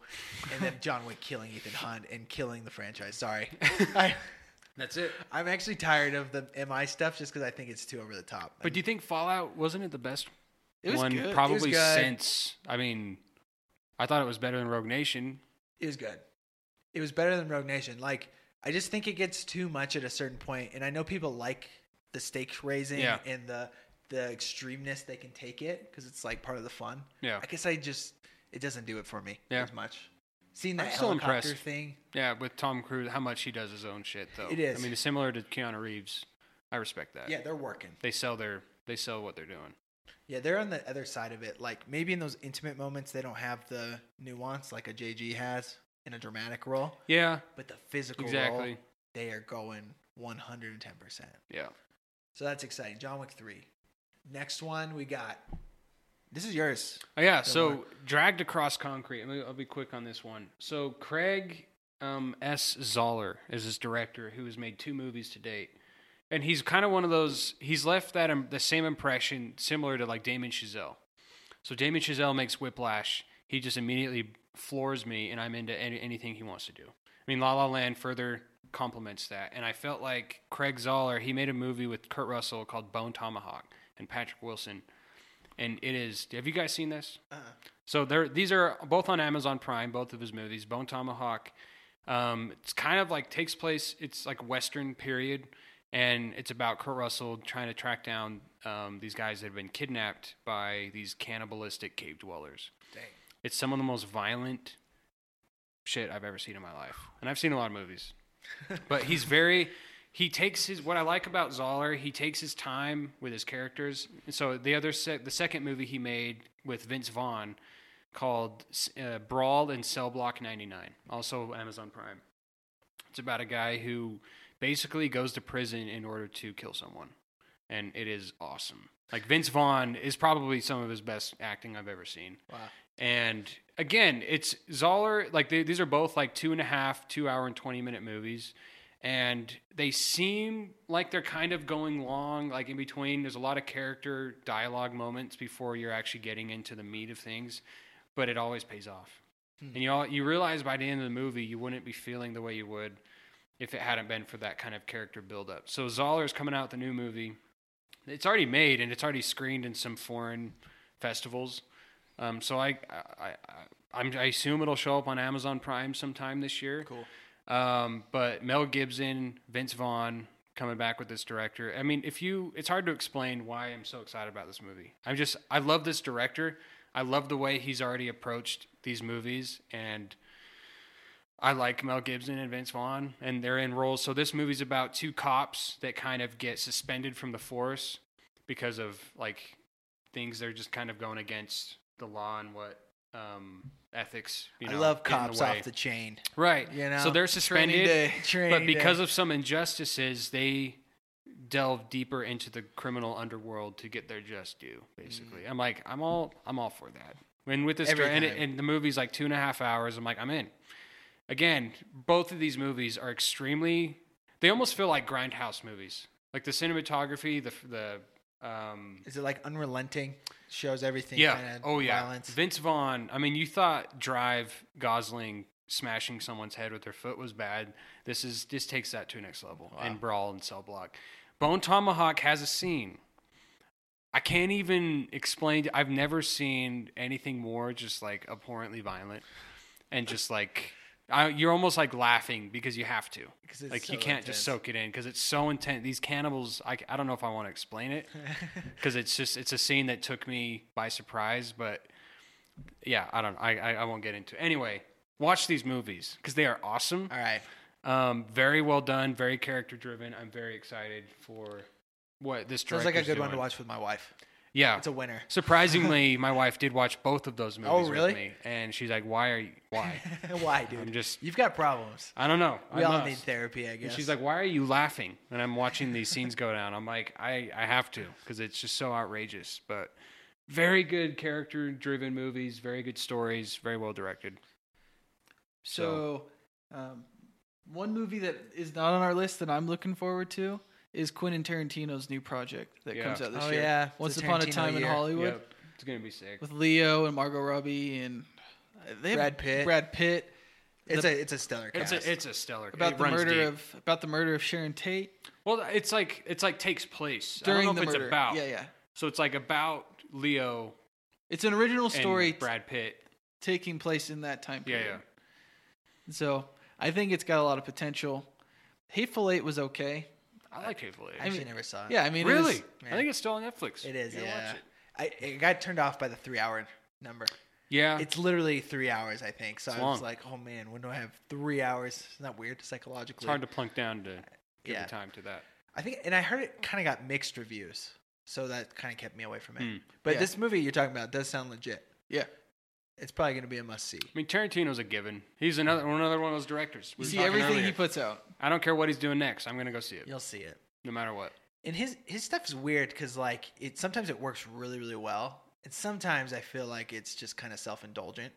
and then John Wick killing Ethan Hunt and killing the franchise. Sorry, I, That's it. I'm actually tired of the MI stuff just because I think it's too over the top. But do you think Fallout wasn't it the best It was one good. probably good. since? I mean, I thought it was better than Rogue Nation. it was good. It was better than Rogue Nation. Like I just think it gets too much at a certain point, and I know people like the stakes raising Yeah. and the the extremeness they can take it because it's like part of the fun. Yeah. I guess I just it doesn't do it for me Yeah. as much. Seeing I'm that still helicopter impressed. thing, Yeah, with Tom Cruise, how much he does his own shit though. It is. I mean, similar to Keanu Reeves, I respect that. yeah, they're working. They sell their they sell what they're doing. Yeah, they're on the other side of it. Like maybe in those intimate moments, they don't have the nuance like a JG has in a dramatic role, Yeah, but the physical exactly. role, they are going one hundred and ten percent. Yeah. So that's exciting. John Wick 3. Next one we got. This is yours. Oh, yeah. Good So work. dragged across concrete. I mean, I'll be quick on this one. So Craig um, S. Zoller is his director, who has made two movies to date, and he's kind of one of those. He's left that um, the same impression, similar to like Damon Chazelle. So Damon Chazelle makes Whiplash. He just immediately floors me, and I'm into any, anything he wants to do. I mean, La La Land further complements that, and I felt like Craig Zoller. He made a movie with Kurt Russell called Bone Tomahawk and Patrick Wilson, and it is. Have you guys seen this? So there, these are both on Amazon Prime. Both of his movies, Bone Tomahawk. Um, it's kind of like takes place. It's like Western period, and it's about Kurt Russell trying to track down um, these guys that have been kidnapped by these cannibalistic cave dwellers. Dang. It's some of the most violent shit I've ever seen in my life, and I've seen a lot of movies. but he's very. He takes his what I like about Zoller. He takes his time with his characters. And so the other sec, the second movie he made with Vince Vaughn called uh, Brawl in Cell Block 99, also Amazon Prime. It's about a guy who basically goes to prison in order to kill someone, and it is awesome. Like Vince Vaughn is probably some of his best acting I've ever seen. Wow. And again, it's Zoller. Like they, these are both like two and a half, two hour and twenty minute movies, and they seem like they're kind of going long. Like in between, there's a lot of character dialogue moments before you're actually getting into the meat of things, but it always pays off. And you all, you realize by the end of the movie, you wouldn't be feeling the way you would if it hadn't been for that kind of character buildup. So Zoller's coming out with a new movie. It's already made and it's already screened in some foreign festivals. Um, so I, I, I, I'm, I assume it'll show up on Amazon Prime sometime this year. Cool. Um, but Mel Gibson, Vince Vaughn coming back with this director. I mean, if you, it's hard to explain why I'm so excited about this movie. I'm just, I love this director. I love the way he's already approached these movies, and I like Mel Gibson and Vince Vaughn, and they're in roles. So this movie's about two cops that kind of get suspended from the force because of like things they're just kind of going against the law and what um, ethics. You know, I love get in cops the way. off the chain. right. you know, so they're Training suspended day. Training but because day. of some injustices, they delve deeper into the criminal underworld to get their just due. Basically, I'm like, I'm all, I'm all for that. And with this, Mm. Every and, time. and the movie's like two and a half hours. I'm like, I'm in. Again, both of these movies are extremely. They almost feel like grindhouse movies. Like the cinematography, the the um, is it like unrelenting? Shows everything. yeah, Kinda oh yeah, Violence. Vince Vaughn. I mean, you thought Drive Gosling smashing someone's head with their foot was bad. This is this takes that to a next level. And Brawl and Cell Block. Bone Tomahawk has a scene. I can't even explain. I've never seen anything more just like abhorrently violent, and just like I, you're almost like laughing because you have to. 'Cause it's like you so can't intense. just soak it in because it's so intense. These cannibals. I, I don't know if I want to explain it because it's just it's a scene that took me by surprise. But yeah, I don't. I I, I won't get into. It. Anyway, watch these movies because they are awesome. All right. Um, very well done. Very character driven. I'm very excited for what this Sounds like a director's good one to doing. watch with my wife. Yeah, It's a winner. surprisingly, my wife did watch both of those movies Oh, really? with me, and she's like, "Why are you? Why? Why, dude? I'm just- You've got problems. I don't know. We I all must." need therapy, I And guess. she's like, "Why are you laughing?" And I'm watching these scenes go down. I'm like, "I I have to because it's just so outrageous." But very good character-driven movies, very good stories, very well directed. So, um, one movie that is not on our list that I'm looking forward to is Quentin Tarantino's new project that Yeah. comes out this Oh, year. yeah. It's Once the Upon a Tarantino Time in year. Hollywood Yep, it's gonna be sick. with Leo and Margot Robbie and uh, they have Brad Pitt. Brad Pitt it's the- a it's a stellar It's cast. a it's a stellar about it the runs murder deep. of about the murder of Sharon Tate well, it's like it's like takes place during I don't know the if murder. It's about Yeah, yeah. so it's like about Leo It's an original story and Brad Pitt. t- taking place in that time Yeah, period. yeah. So I think it's got a lot of potential. Hateful Eight was okay. I like Hateful Eight. I actually mean- never saw it. Yeah, I mean, it Uh, was- really? Yeah. I think it's still on Netflix. it is. You gotta Yeah, watch it. I it got turned off by the three hour number. Yeah. It's literally three hours, I think. So It's I was long. like, oh man, when do I have three hours? Isn't that weird psychologically? It's hard to plunk down to give Yeah. the time to that. I think, and I heard it kind of got mixed reviews, so that kind of kept me away from it. Hmm. But Yeah. this movie you're talking about does sound legit. Yeah. It's probably going to be a must see. I mean, Tarantino's a given. He's another another one of those directors. You We were see talking everything earlier. he puts out. I don't care what he's doing next. I'm gonna go see it, You'll see it. no matter what. And his his stuff is weird because like it sometimes it works really really well, and sometimes I feel like it's just kind of self indulgent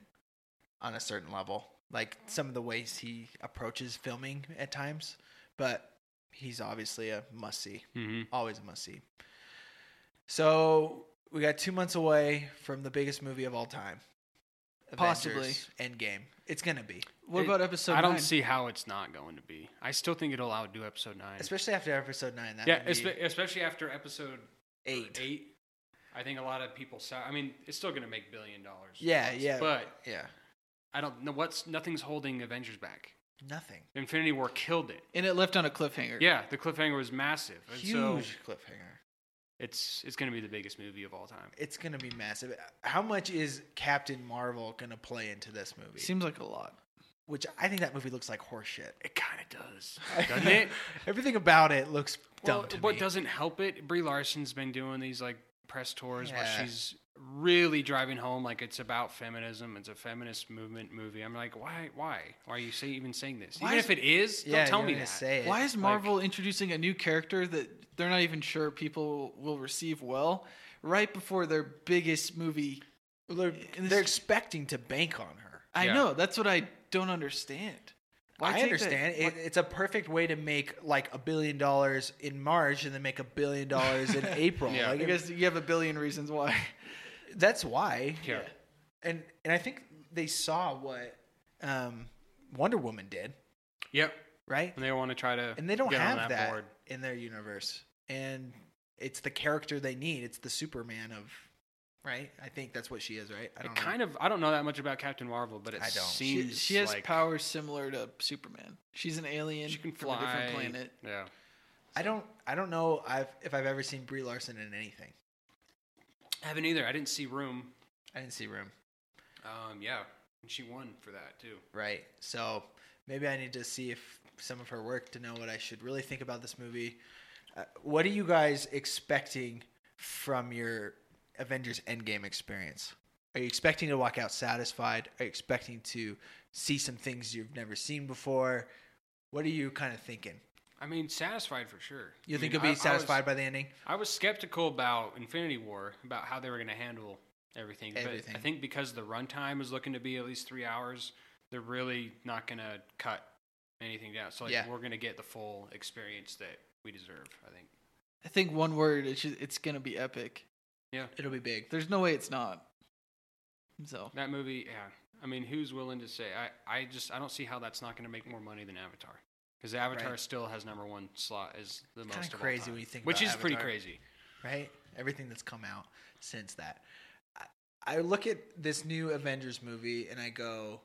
on a certain level. Like some of the ways he approaches filming at times, but he's obviously a must see. Mm-hmm. always a must see. So we got two months away from the biggest movie of all time, Possibly. Avengers Endgame. It's gonna be, What about episode? I don't nine? see how it's not going to be. I still think it'll outdo episode nine. especially after episode nine. That yeah, would be espe- especially after episode eight. eight. I think a lot of people saw. I mean, it's still gonna make billion dollars. Yeah, yeah, But yeah. I don't know what's nothing's holding Avengers back. Nothing. Infinity War killed it. And it left on a cliffhanger. Yeah, the cliffhanger was massive. And Huge So cliffhanger. it's it's gonna be the biggest movie of all time. It's gonna be massive. How much is Captain Marvel gonna play into this movie? Seems like a lot. Which I think that movie looks like horseshit. It kind of does, doesn't it? Everything about it looks dumb Well, to what me. doesn't help it, Brie Larson's been doing these like press tours Yeah. where she's really driving home like it's about feminism. It's a feminist movement movie. I'm like, why? Why are you say, even saying this? Why even is- if it is, yeah, don't tell you're me gonna that. Say it. Why is like- Marvel introducing a new character that they're not even sure people will receive well right before their biggest movie? they're, this- they're expecting to bank on her? I Yeah. know. That's what I don't understand. Why I take that- understand. why- It, it's a perfect way to make like a billion dollars in March and then make a billion dollars in April. Yeah. Like, I guess you have a billion reasons why. that's why. Yeah. And and I think they saw what um, Wonder Woman did, Yep. right? And they want to try to And they don't get on have that, that, board. in their universe. And it's the character they need. It's the Superman of right? I think that's what she is, right? I It don't know. kind of I don't know that much about Captain Marvel, but it I don't. She, seems she has like powers similar to Superman. She's an alien She can from a fly. different planet. Yeah. I don't. I don't know. I've if I've ever seen Brie Larson in anything. I haven't either. I didn't see Room. I didn't see Room. Um, yeah, and she won for that too. Right. So maybe I need to see if some of her work to know what I should really think about this movie. Uh, what are you guys expecting from your Avengers Endgame experience? Are you expecting to walk out satisfied? Are you expecting to see some things you've never seen before? What are you kind of thinking? I mean, satisfied for sure. You I think mean, you'll I- be satisfied I was, by the ending? I was skeptical about Infinity War about how they were going to handle everything, Everything. but I think because the runtime is looking to be at least three hours, they're really not going to cut anything down. So like, Yeah. we're going to get the full experience that we deserve. I think. I think one word. It's just, it's gonna be epic. It'll be big. There's no way it's not. So That movie, yeah. I mean, who's willing to say? I, I just I don't see how that's not going to make more money than Avatar, because Avatar Right. still has number one slot as the most. Kinda of all crazy time, when you think which about is pretty Avatar. crazy. right? Everything that's come out since that. I, I look at this new Avengers movie and I go,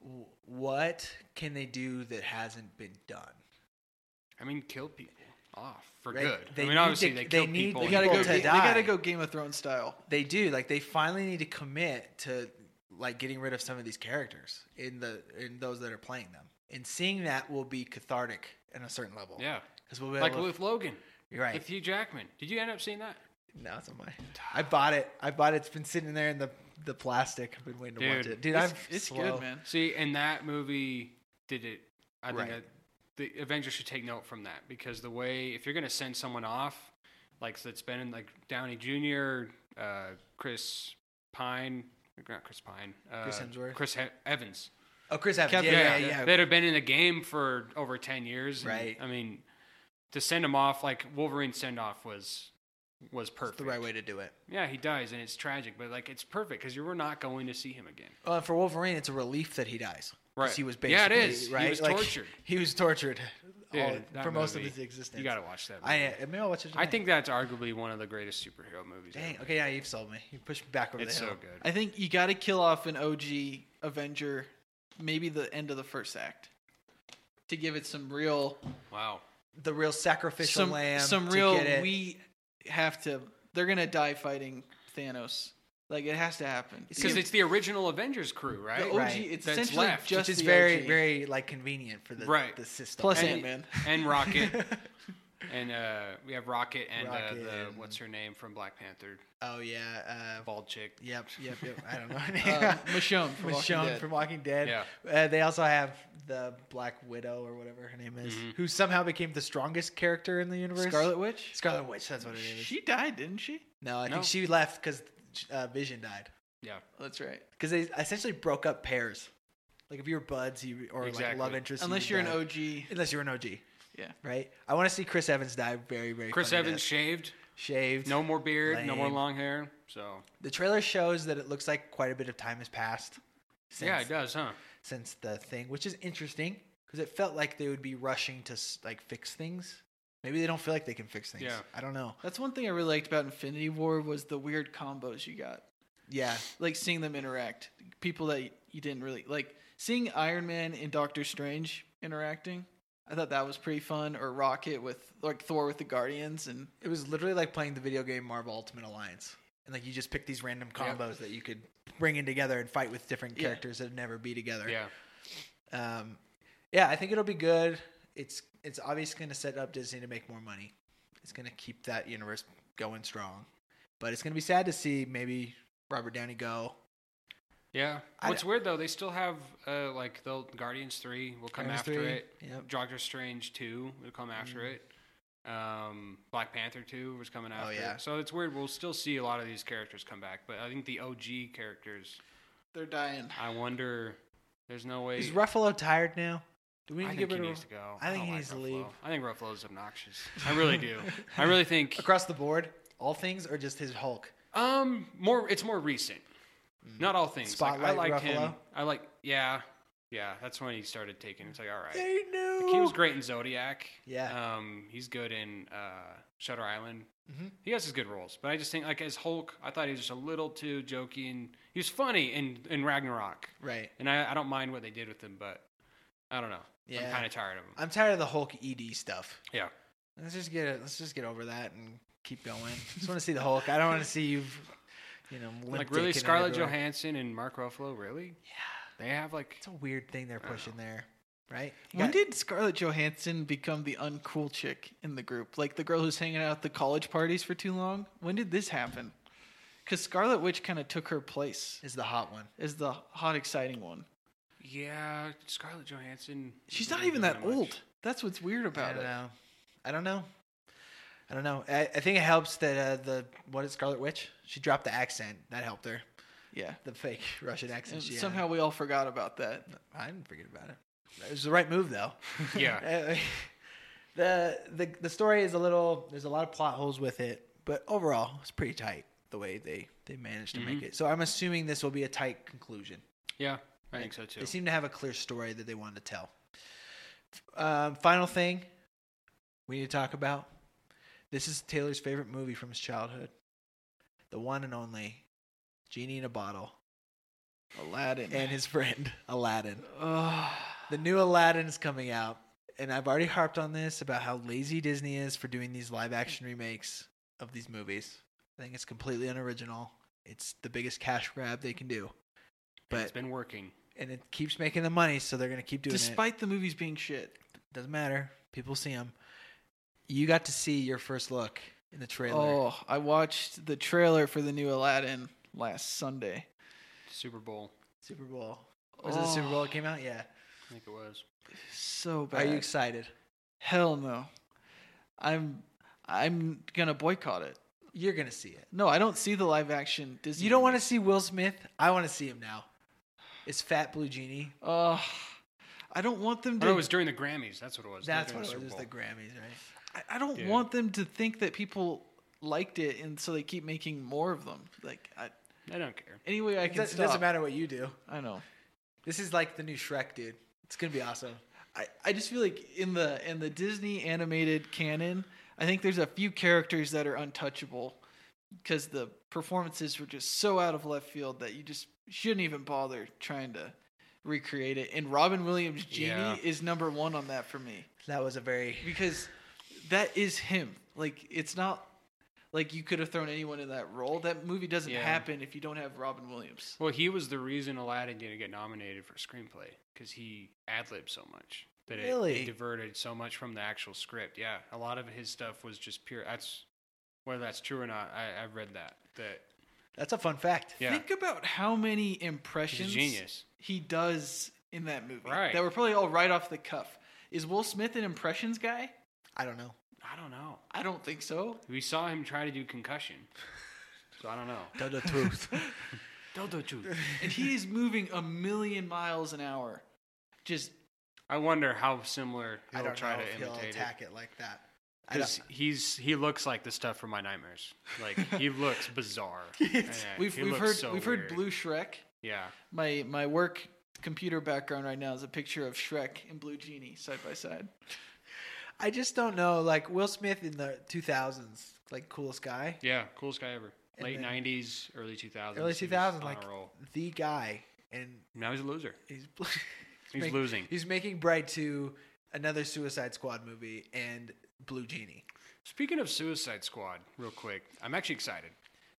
"W- what can they do that hasn't been done? I mean, kill people off for Right. good. They I need mean, obviously to- they they kill need people. they Well, gotta people go. to They, they die. gotta go Game of Thrones style. They do like they finally need to commit to like getting rid of some of these characters in the in those that are playing them. And seeing that will be cathartic in a certain level. yeah, because we'll be like able. with Logan, you're right. with Hugh Jackman. Did you end up seeing that? No, it's on my. I bought it. I bought it. It's been sitting there in the the plastic. I've been waiting to watch Dude, it. Dude, It's, I'm it's slow. good, man. See, and that movie did it. I think Right. that the Avengers should take note from that because the way if you're going to send someone off, like that's been in like Downey Jr., uh, Chris Pine, not Chris Pine, uh, Chris Hemsworth. Chris he- Evans, Oh, Chris Evans. Captain- Yeah, yeah, yeah. that have been in the game for over ten years. and, Right. I mean, to send them off like Wolverine's send off was was perfect. It's the right way to do it. Yeah, he dies, and it's tragic, but like it's perfect because we're not going to see him again. Uh, for Wolverine, it's a relief that he dies. 'Cause Right. He was Yeah, it basically, is. He Right? was Like, tortured. He was tortured Dude, all- that Oh, for most of movie. his existence. You got to watch that. Movie. I, uh, I may I'll watch it. I Tonight. think that's arguably one of the greatest superhero movies. Dang. ever. Okay. Yeah, you've sold me. You pushed me back over it's the hill. so good. I think you gotta kill off an OG Avenger, maybe the end of the first act, to give it some real Wow. The real sacrificial some lamb. some to real. get it. We have to. They're gonna die fighting Thanos. Like it has to happen. Because it's the original Avengers crew, the right? OG. right. It's That's essentially left, which just which is the very OG. very like convenient for the Right. the system. Plus And- Ant Man. And Rocket, and uh, we have Rocket and Rocket uh, and- the what's her name from Black Panther, oh yeah. Uh, bald chick. yep. Yep. Yep. I don't know. her name. uh, Michonne from Walking Michonne Dead. from Walking Dead. Yeah. Uh, they also have the Black Widow or whatever her name is, Mhm. who somehow became the strongest character in the universe. Scarlet Witch. Scarlet Witch. That's what it is. She died, didn't she? no, I No. think she left because uh, Vision died. Yeah, That's right. Because they essentially broke up pairs. Like if you were buds, you or like Exactly. love interest, you Unless would you're an die. OG. Unless you're an OG. Yeah. Right. I want to see Chris Evans die very very. Chris funny Evans death. shaved. shaved. No more beard. No more Lame. long hair. So The trailer shows that it looks like quite a bit of time has passed. Since yeah, it does, huh? since the thing, which is interesting because it felt like they would be rushing to s- like fix things. Maybe they don't feel like they can fix things. Yeah. I don't know. That's one thing I really liked about Infinity War was the weird combos you got. Yeah, Like seeing them interact. People that you didn't really like seeing Iron Man and Doctor Strange interacting. I thought that was pretty fun or Rocket with like Thor with the Guardians and it was literally like playing the video game Marvel Ultimate Alliance, and like you just pick these random Yeah. combos that you could bring in together and fight with different Yeah. characters that'd never be together. Yeah, Um, yeah, I think it'll be good. It's it's obviously going to set up Disney to make more money. It's going to keep that universe going strong, but it's going to be sad to see maybe Robert Downey go. yeah. I- What's weird though, they still have uh, like the Guardians three will come Iron Man after 3, it. Yep. Doctor Strange two will come after Mm. Oh, it. Um, Black Panther two was coming after yeah. it. So it's weird. We'll still see a lot of these characters come back, but I think the OG characters. they're dying. I wonder. There's no way. Is Ruffalo tired now? Do we need I to think get he rid of needs to go. I think don't he like needs to Ruffalo. leave. I think Ruffalo's obnoxious. I really do. I really think. across the board, all things, or just his Hulk? Um, more. It's more recent. Not all things. Like, I Spotlight like him. Ruffalo? I like. Yeah. Yeah, that's when he started taking. It's like, all right, They knew. Like, he was great in Zodiac. Yeah. Um, he's good in uh, Shutter Island. Mhm. He has his good roles, but I just think like as Hulk, I thought he was just a little too jokey and he was funny in in Ragnarok. Right. And I, I don't mind what they did with him, but I don't know. I'm Yeah. kind of tired of him. I'm tired of the Hulk ED stuff. Yeah. Let's just get it. Let's just get over that and keep going. just want to see the Hulk. I don't want to see you, you know, limp Like really, dicking Scarlett everywhere. Johansson and Mark Ruffalo, really? Yeah, They have like it's a weird thing they're pushing there, right? You When got- did Scarlett Johansson become the uncool chick in the group? Like the girl who's hanging out at the college parties for too long? When did this happen? Because Scarlet Witch kind of took her place is the hot one? as the hot, exciting one. yeah, Scarlett Johansson. She's really not even doing that much. old. That's what's weird I about don't it. know. I don't know. I don't know. I, I think it helps that uh, the what is Scarlet Witch? She dropped the accent. That helped her. Yeah. The fake Russian accent. And She had. somehow we all forgot about that. I didn't forget about it. It was the right move though. Yeah, Uh, the the the story is a little there's a lot of plot holes with it, but overall it's pretty tight the way they they managed to make Mm-hmm. it. So I'm assuming this will be a tight conclusion. yeah, I think so too. They seem to have a clear story that they wanted to tell. Um, final thing we need to talk about. This is Taylor's favorite movie from his childhood, the one and only Genie in a Bottle, Aladdin. and his friend Aladdin. Ugh. The new Aladdin is coming out, and I've already harped on this about how lazy Disney is for doing these live action remakes of these movies. I think it's completely unoriginal. It's the biggest cash grab they can do. And it's But been working. and it keeps making the money, so they're gonna keep doing it. Despite the movies being shit. Doesn't matter. People see them. You got to see your first look in the trailer. Oh, I watched the trailer for the new Aladdin last Sunday. Super Bowl, Super Bowl. Was it the Super Oh. Bowl that came out? Yeah. I think it was. So Are bad. you excited? Hell no. I'm I'm gonna boycott it. You're gonna see it. No, I don't see the live action Disney. You don't want to see Will Smith. I want to see him now. It's Fat Blue Genie. to. Uh, I don't want them Oh, to. no, it was during the Grammys. That's what it was. They were That's doing what it the was. It was the Super Bowl. Grammys, right? I, I don't Yeah. want them to think that people liked it, and so they keep making more of them. Like I, I don't care. any way I It can. does- it doesn't stop. matter what you do. I know. This is like the new Shrek, dude. It's gonna be awesome. I, I just feel like in the in the Disney animated canon, I think there's a few characters that are untouchable because the performances were just so out of left field that you just shouldn't even bother trying to recreate it. And Robin Williams' genie Yeah. is number one on that for me That was a very because that is him. Like it's not like you could have thrown anyone in that role. That movie doesn't Yeah. happen if you don't have Robin Williams. Well, he was the reason Aladdin didn't get nominated for screenplay because he ad libbed so much that it- it, Really? diverted so much from the actual script. Yeah, a lot of his stuff was just pure. That's whether that's true or not. I, I've read that. That that's a fun fact. yeah, Think about how many he's impressions a genius. he does in that movie Right. that were probably all right off the cuff. Is Will Smith an impressions guy? I don't know. I don't know. I don't think so. We saw him try to do concussion, so I don't know. Tell the truth. Dodo Juice. And he is moving a million miles an hour. Just I wonder how similar I he'll don't try know to if he'll imitate it. attack it. like that. I Because don't, he's he looks like the stuff from my nightmares. Like he looks bizarre. Yeah, we've he we've looks heard so we've weird. heard Blue Shrek. Yeah. My my work computer background right now is a picture of Shrek and Blue Genie side by side. I just don't know. Like Will Smith in the 2000s, like coolest guy, Yeah, coolest guy ever. And Late then- nineties, early two thousands. early 2000s, like the guy, and now he's a loser. he's He's make- losing. He's making Bright to another Suicide Squad movie and Blue Genie. Speaking of Suicide Squad, real quick, I'm actually excited.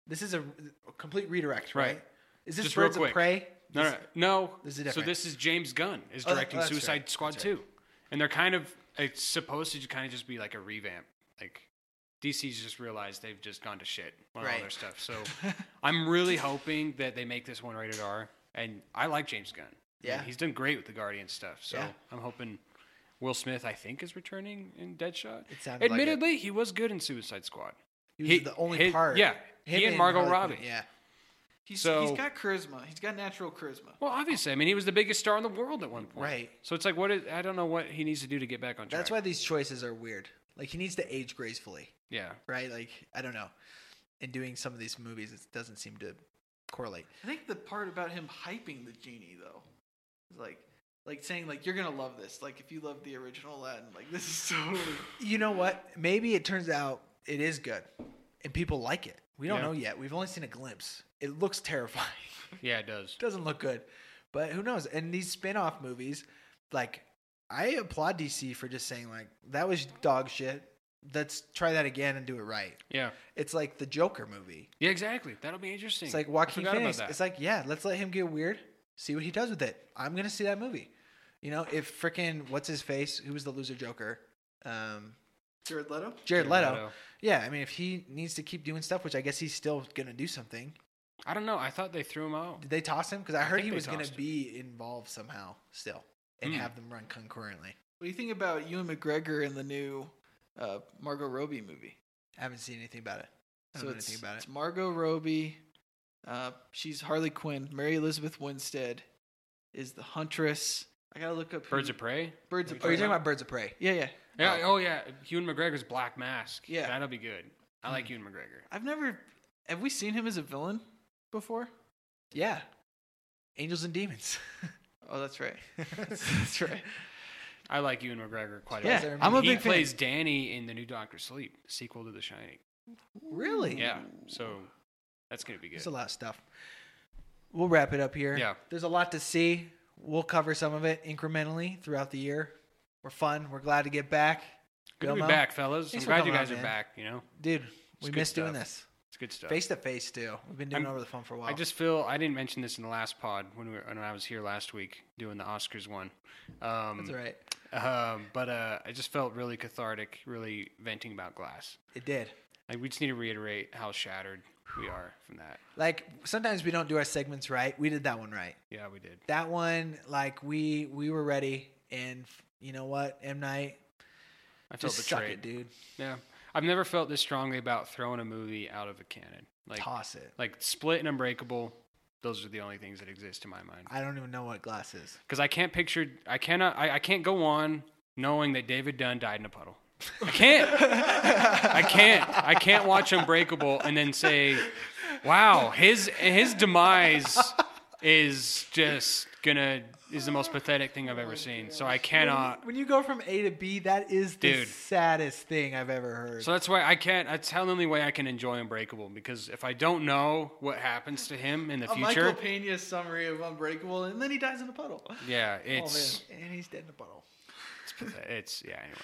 This is a, a complete redirect, right? Right. Is this Just real Birds of quick. Prey? No, This- no, no. this is so different. this is James Gunn is Oh, that- directing that's Suicide right. Squad That's right. two, and they're kind of it's supposed to kind of just be like a revamp. Like DC's just realized they've just gone to shit on all Right. their stuff. So I'm really hoping that they make this one rated R. And I like James Gunn. I mean, Yeah. he's done great with the Guardian stuff. So Yeah. I'm hoping Will Smith, I think, is returning in Deadshot. It sounded like it. Admittedly, he was good in Suicide Squad. He was the only his- part. Yeah, Him he and Margot Harley Robbie. Quinn, Yeah. He's So- he's got charisma. He's got natural charisma. Well, obviously, I mean, he was the biggest star in the world at one point. Right. So it's like, what is? I don't know what he needs to do to get back on track. That's why these choices are weird. Like he needs to age gracefully, Yeah. right? Like I don't know. In doing some of these movies, it doesn't seem to correlate. I think the part about him hyping the genie though is like like saying like you're gonna love this. Like if you love the original Aladdin, like this is totally You know what? Maybe it turns out it is good, and people like it. We don't Yeah. know yet. We've only seen a glimpse. It looks terrifying. Yeah, it does. Doesn't look good, but who knows? And these spin-off movies, like I applaud DC for just saying like that was dog shit. Let's try that again and do it right. Yeah. It's like the Joker movie. Yeah, exactly. That'll be interesting. It's like Joaquin Phoenix. It's like, yeah, let's let him get weird, see what he does with it. I'm gonna see that movie. You know, if freaking what's his face, who was the loser Joker, um, Jared Leto. Jared, Leto. Yeah, I mean, if he needs to keep doing stuff, which I guess he's still gonna do something. I don't know. I thought they threw him out. Did they toss him? Because I heard think he they was gonna tossed him. be involved somehow still, and Hmm. have them run concurrently. What do you think about Ewan McGregor in the new uh, Margot Robbie movie? I haven't seen anything about it. I don't So know it's, anything about it. Oh, it's Margot Robbie. Uh, she's Harley Quinn. Mary Elizabeth Winstead is the Huntress. I gotta look up who- Birds of Prey. Birds of Oh, you're Prey. talking about Birds of Prey. yeah, yeah. Yeah. Oh yeah. Ewan McGregor's Black Mask. Yeah. That'll be good. I like Hmm. Ewan McGregor. I've never. Have we seen him as a villain before? Yeah, Angels and Demons. Oh, that's right. that's right. I like Ewan McGregor quite a bit. Yeah, there I'm a he big fan. plays Danny in the new Doctor Sleep sequel to The Shining. really? Yeah. So that's gonna be good. It's a lot of stuff. We'll wrap it up here. Yeah. There's a lot to see. We'll cover some of it incrementally throughout the year. We're fun. We're glad to get back. Good to be Gilmo, back, fellas. Thanks for I'm glad you coming on, guys are man. back. You know, Dude, we good missed doing stuff. this. it's good stuff. Face to face too. We've been doing I'm- over the phone for a while. I just feel I didn't mention this in the last pod when we were, when I was here last week doing the Oscars one. Um, That's all right. um, but uh, I just felt really cathartic, really venting about glass. It did. Like we just need to reiterate how shattered we are from that. Like sometimes we don't do our segments right. We did that one right. Yeah, we did. That one, like we we were ready, and you know what, M Night, I felt just suck betrayed. it, dude. Yeah, I've never felt this strongly about throwing a movie out of a cannon. Like Toss it. like Split and Unbreakable. Those are the only things that exist in my mind. I don't even know what glass is. because I can't picture. I cannot. I, I can't go on knowing that David Dunn died in a puddle. I can't. I can't. I can't watch Unbreakable and then say, "Wow, his his demise is just gonna is the most pathetic thing I've ever seen." So I cannot. When you go from A to B, that is the uh, Dude. saddest thing I've ever heard. So that's why I can't. That's the only way I can enjoy Unbreakable because if I don't know what happens to him in the A Michael future, Pena summary of Unbreakable, and then he dies in a puddle. yeah, Oh, it's man. And he's dead in a puddle. it's, pathet- it's yeah. Anyway,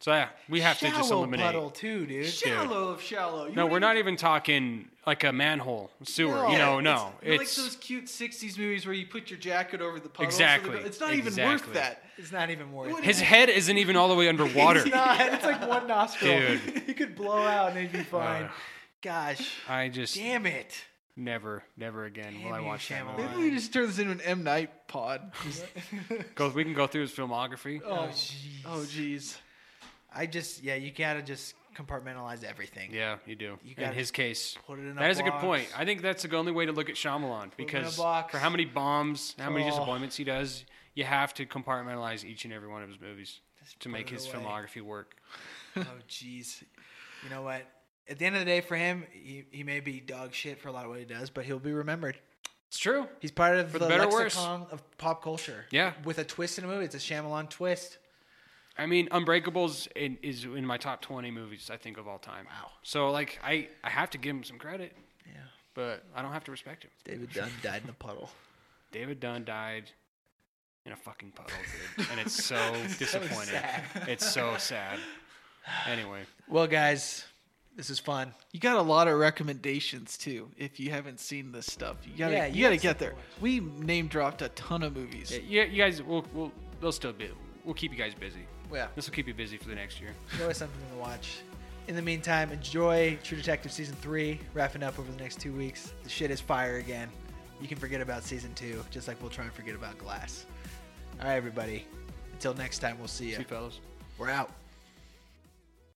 so yeah, we have to just Shallow eliminate. puddle too, dude. Shallow of shallow. You No, wouldn't we're even- not even talking like a manhole sewer. No. You know, Yeah, no. It's, It's, like those cute '60s movies where you put your jacket over the puddle. so they Exactly. don't- it's not even worth Exactly. that. It's not even worth What it. his head isn't even all the way underwater. It's not. It's like one nostril. Dude. you could blow out and it'd be fine. Uh. Gosh, I just damn it. never, never again will I Damn you, watch that Shyamalan. movie. Maybe we just turn this into an M Night pod. Just- Go, we can go through his filmography. Oh, jeez. oh, geez. I just, yeah, you gotta just compartmentalize everything. Yeah, you do. You in gotta his case, Put it in a that is a good box. point. I think that's the only way to look at Shyamalan in a because box. for how many bombs, how many Oh. disappointments he does, you have to compartmentalize each and every one of his movies to put make it his away. filmography work. oh, jeez. You know what? At the end of the day, for him, he, he may be dog shit for a lot of what he does, but he'll be remembered. It's true. He's part of For the, the better or worse. lexicon of pop culture. Yeah. With a twist in a movie. It's a Shyamalan twist. I mean, Unbreakables in, is in my top twenty movies I think of all time. Wow. So like, I I have to give him some credit. Yeah. but I don't have to respect him. David Dunn died in a puddle. David Dunn died in a fucking puddle, dude. and it's so disappointing. sad. It's so sad. Anyway, Well, guys, this is fun. You got a lot of recommendations too. If you haven't seen this stuff, you gotta Yeah, you, you gotta got get some there. more. We name dropped a ton of movies. yeah, you guys, we'll we'll they'll still be we'll keep you guys busy. Yeah. This will keep you busy for the next year. There's always something to watch. In the meantime, enjoy True Detective Season 3, wrapping up over the next two weeks. The shit is fire again. You can forget about Season 2, just like we'll try and forget about Glass. All right, everybody. Until next time, we'll see See you. you, fellas. We're out.